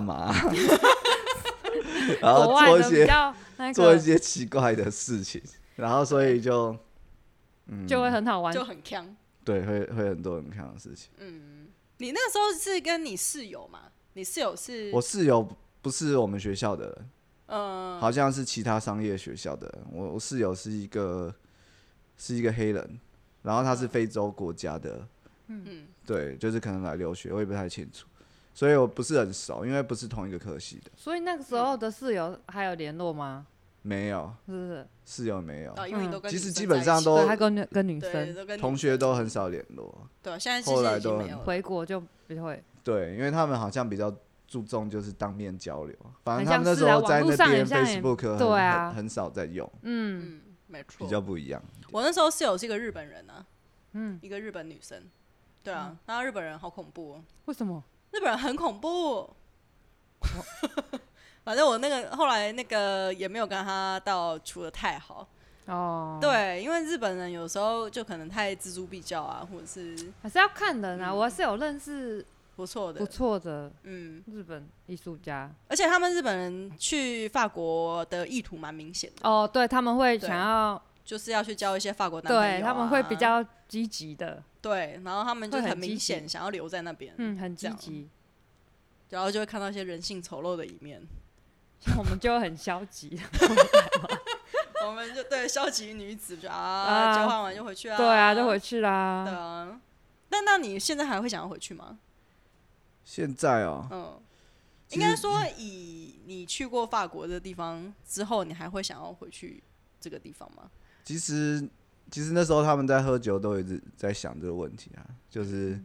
麻，然后国外做一的比些较那做一个些奇怪的事情，然后所以就嗯，就会很好玩就，很呛。对，会会很多人看到的事情。你那时候是跟你室友嘛？你室友是我室友不是我们学校的人，嗯、好像是其他商业学校的人。我我室友是一个是一个黑人，然后他是非洲国家的，嗯，对，就是可能来留学，我也不太清楚，所以我不是很熟，因为不是同一个科系的，所以那个时候的室友还有联络吗？没有是不是？室友没有，啊，因为你都跟其女实生基本在一上起都对，他跟女跟女对生都跟女同学都很少联络，对，现在其后实来已经都没很有了。回国就不会，对，因为他们好像比较注重就是当面交流，反很正他们像那是时啊候网在络那上边很像也 Facebook 很对啊很很少在用，嗯，嗯，没错比。较不一样。我那时候室友是一个日本人啊，嗯，一个日本女生，对嗯啊，然后日本人好恐怖哦，为什么？哦日本人很恐怖， 反正我那个后来那个也没有跟他到处的太好，哦，，对，因为日本人有时候就可能太锱铢必较啊，或者是还是要看人嗯啊。我还是有认识不错不的，错的嗯，日本艺术家而且他们日本人去法国的意图蛮明显的，哦，对他们会对想要，就是要去交一些法国男朋友啊、对他们会比较积极的，对，然后他们就会很很明积极显想要留在那边，嗯，很积这样极。然后就会看到一些人性丑陋的一面，嗯像我们就很消 极，啊我们就对消极女子就啊，啊交换完就回去啊，对啊，就回去，去对啦。啊。但那你现在还会想要回去吗？现在哦、嗯，其应实嗯该说以你去过法国的地方之后，你还会想要回去这个地方吗？其实其实那时候他们在喝酒，都一直在想这个问题啊，嗯就是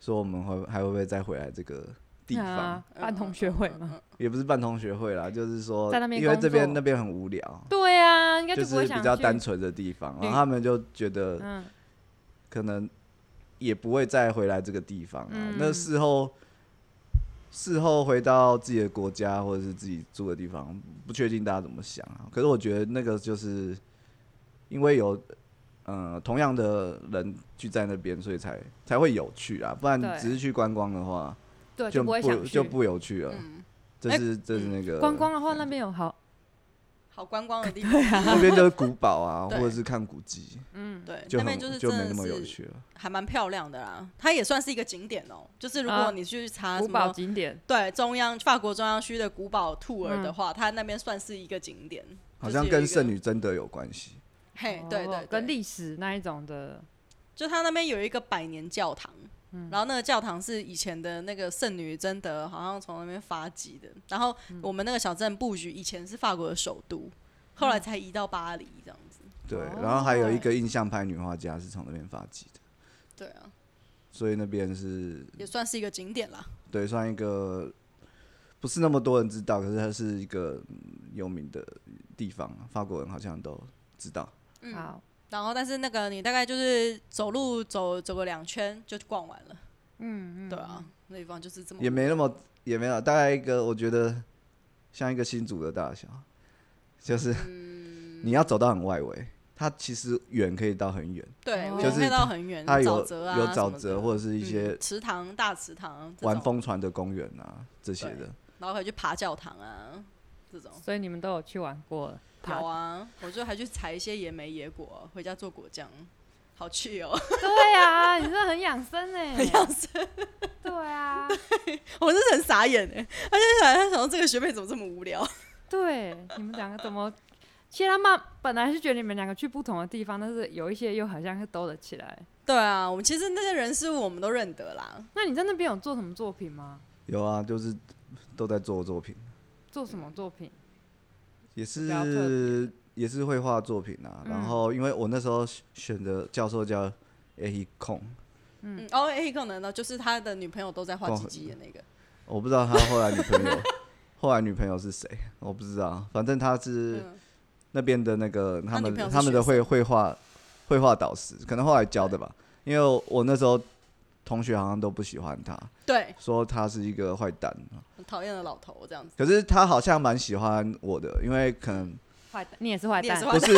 说我们会还会不会再回来这个地方，啊，办同学会嗯吗？也不是办同学会啦，就是说在那边因为这边工作那边很无聊，对啊，应该就不会是想比较去单纯的地方，然后他们就觉得嗯，可能也不会再回来这个地方啊。嗯那事后事后回到自己的国家或者是自己住的地方，不确定大家怎么想啊。可是我觉得那个就是因为有呃同样的人聚在那边，所以才才会有趣啊。不然对只是去观光的话，对，就就不会想就去。嗯哎不呃有趣了。这是这是那个观光的话，那边有好，好观光的 地方，那边就是古堡 啊，对或者是看古迹，对，就那边很就是就真没的那么有是趣了。还蛮漂亮的啦。它也算是一个景点哦、就是如啊果你去查古什堡么景点，对中央法国中央区的古堡 tour 嗯的话，它那边算是一个景点，就好是像有一跟个圣女贞德有关系。嘿哦，对对跟对，历史那一种的，就它那边有一个百年教堂。然后那个教堂是以前的那个圣女贞德，好像从那边发迹的。然后我们那个小镇布局以前是法国的首都，后来才移到巴黎这样子。对，哦然后还有一个印象派女画家是从那边发迹的，对啊，所以那边是也算是一个景点啦。对算一个不是那么多人知道，可是它是一个嗯有名的地方，法国人好像都知道。嗯好，然后，但是那个你大概就是走路走走个两圈就逛完了。嗯嗯，对啊，那地方就是这么也没那么也没有，大概一个我觉得像一个新竹的大小，就是、嗯 你要走到很外围，它其实远可以到很远，对，我就是看到很远，它有沼泽啊，有沼泽或者者是一些池塘、大池塘这玩种，风船的公园啊这些的。然后还去爬教堂啊这种。所以你们都有去玩过了。爬有啊，我就还去采一些野莓野果回家做果酱，好去哦。 对啊，你这很养生哎，很养生。对啊，我真是很傻眼哎，而且想想说这个学妹怎么这么无聊？对，你们两个怎么？其实他们本来是觉得你们两个去不同的地方，但是有一些又好像是兜了起来。对啊，我们其实那些人事物我们都认得啦，那你在那边有做什么作品吗？有啊，就是都在做作品，做什么作品？也比较特别嗯是也是绘画作品啊。然后因为我那时候选选的教授叫 A E H 控，嗯，哦，A 可能呢，就是他的女朋友都在画逛鸡很鸡的那个，我不知道他后来女 朋友后来女朋友是谁，我不知道。反正他是嗯，那边的那个他他女啊们朋友是他们的学绘绘画绘画导师，可能后来教的吧。因为我那时候同学好像都不喜欢他，对，说他是一个坏蛋。很讨厌的老头这样子。可是他好像蛮喜欢我的，因为可能坏蛋，你也是坏你也蛋是，不是。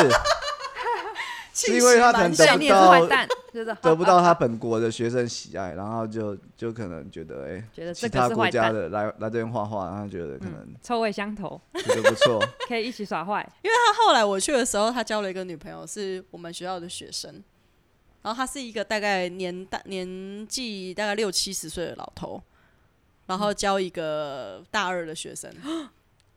是因为他可能气对，势得蛮你像不也是到坏蛋，就是得不到他本国的学生喜爱，然后就就可能觉得，哎、觉得这其个他是国坏家蛋，嗯的来来这边画画，然后觉得可能臭味相投，觉得不 错，可以一起耍坏。他后来我去的时候，他交了一个女朋友，是我们学校的学生，然后他是一个大概年大年纪大概六七十岁的老头，然后交一个大二的学生，嗯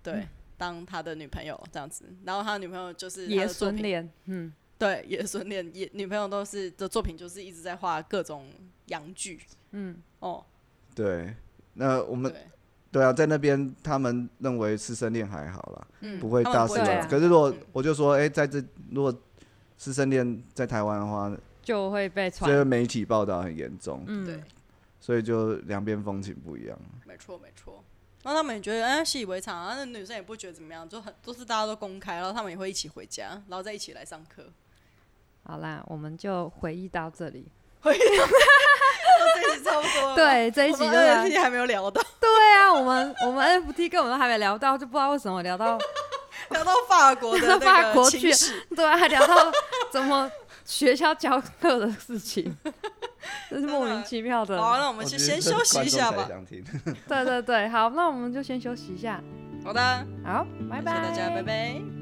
对，当他的女朋友这样子，然后他的女朋友就是他爷的作孙品，恋， 嗯，对，爷孙恋，也女朋友都是的作品就是一直在画各种洋剧，嗯，哦，对。那我们对，对啊，在那边他们认为师生恋还好啦，嗯，不会他们大不肆会对传。啊可是如果嗯我就说，哎、在这如果师生恋在台湾的话，就会被这个传，媒体报道很严重，对嗯，，所以就两边风情不一样。没错，没错。然后他们也觉得，哎、习以为常啊，那女生也不觉得怎么样，就很都是大家都公开，然后他们也会一起回家，然后再一起来上 课。好啦，我们就回忆到这里。这一集集差不多了。，对，这一集就来这。集还没有聊到，对啊，我们我们 NFT 根本都还没聊到，就不知道为什么聊到聊到法国的聊到法那个国情去史， 对啊，还聊到怎么学校教课的事情， 真是莫名其妙的。好，那我们先先休息一下吧。想听。对对对，好，那我们就先休息一下。好的，好，拜拜，谢谢大家，拜。拜。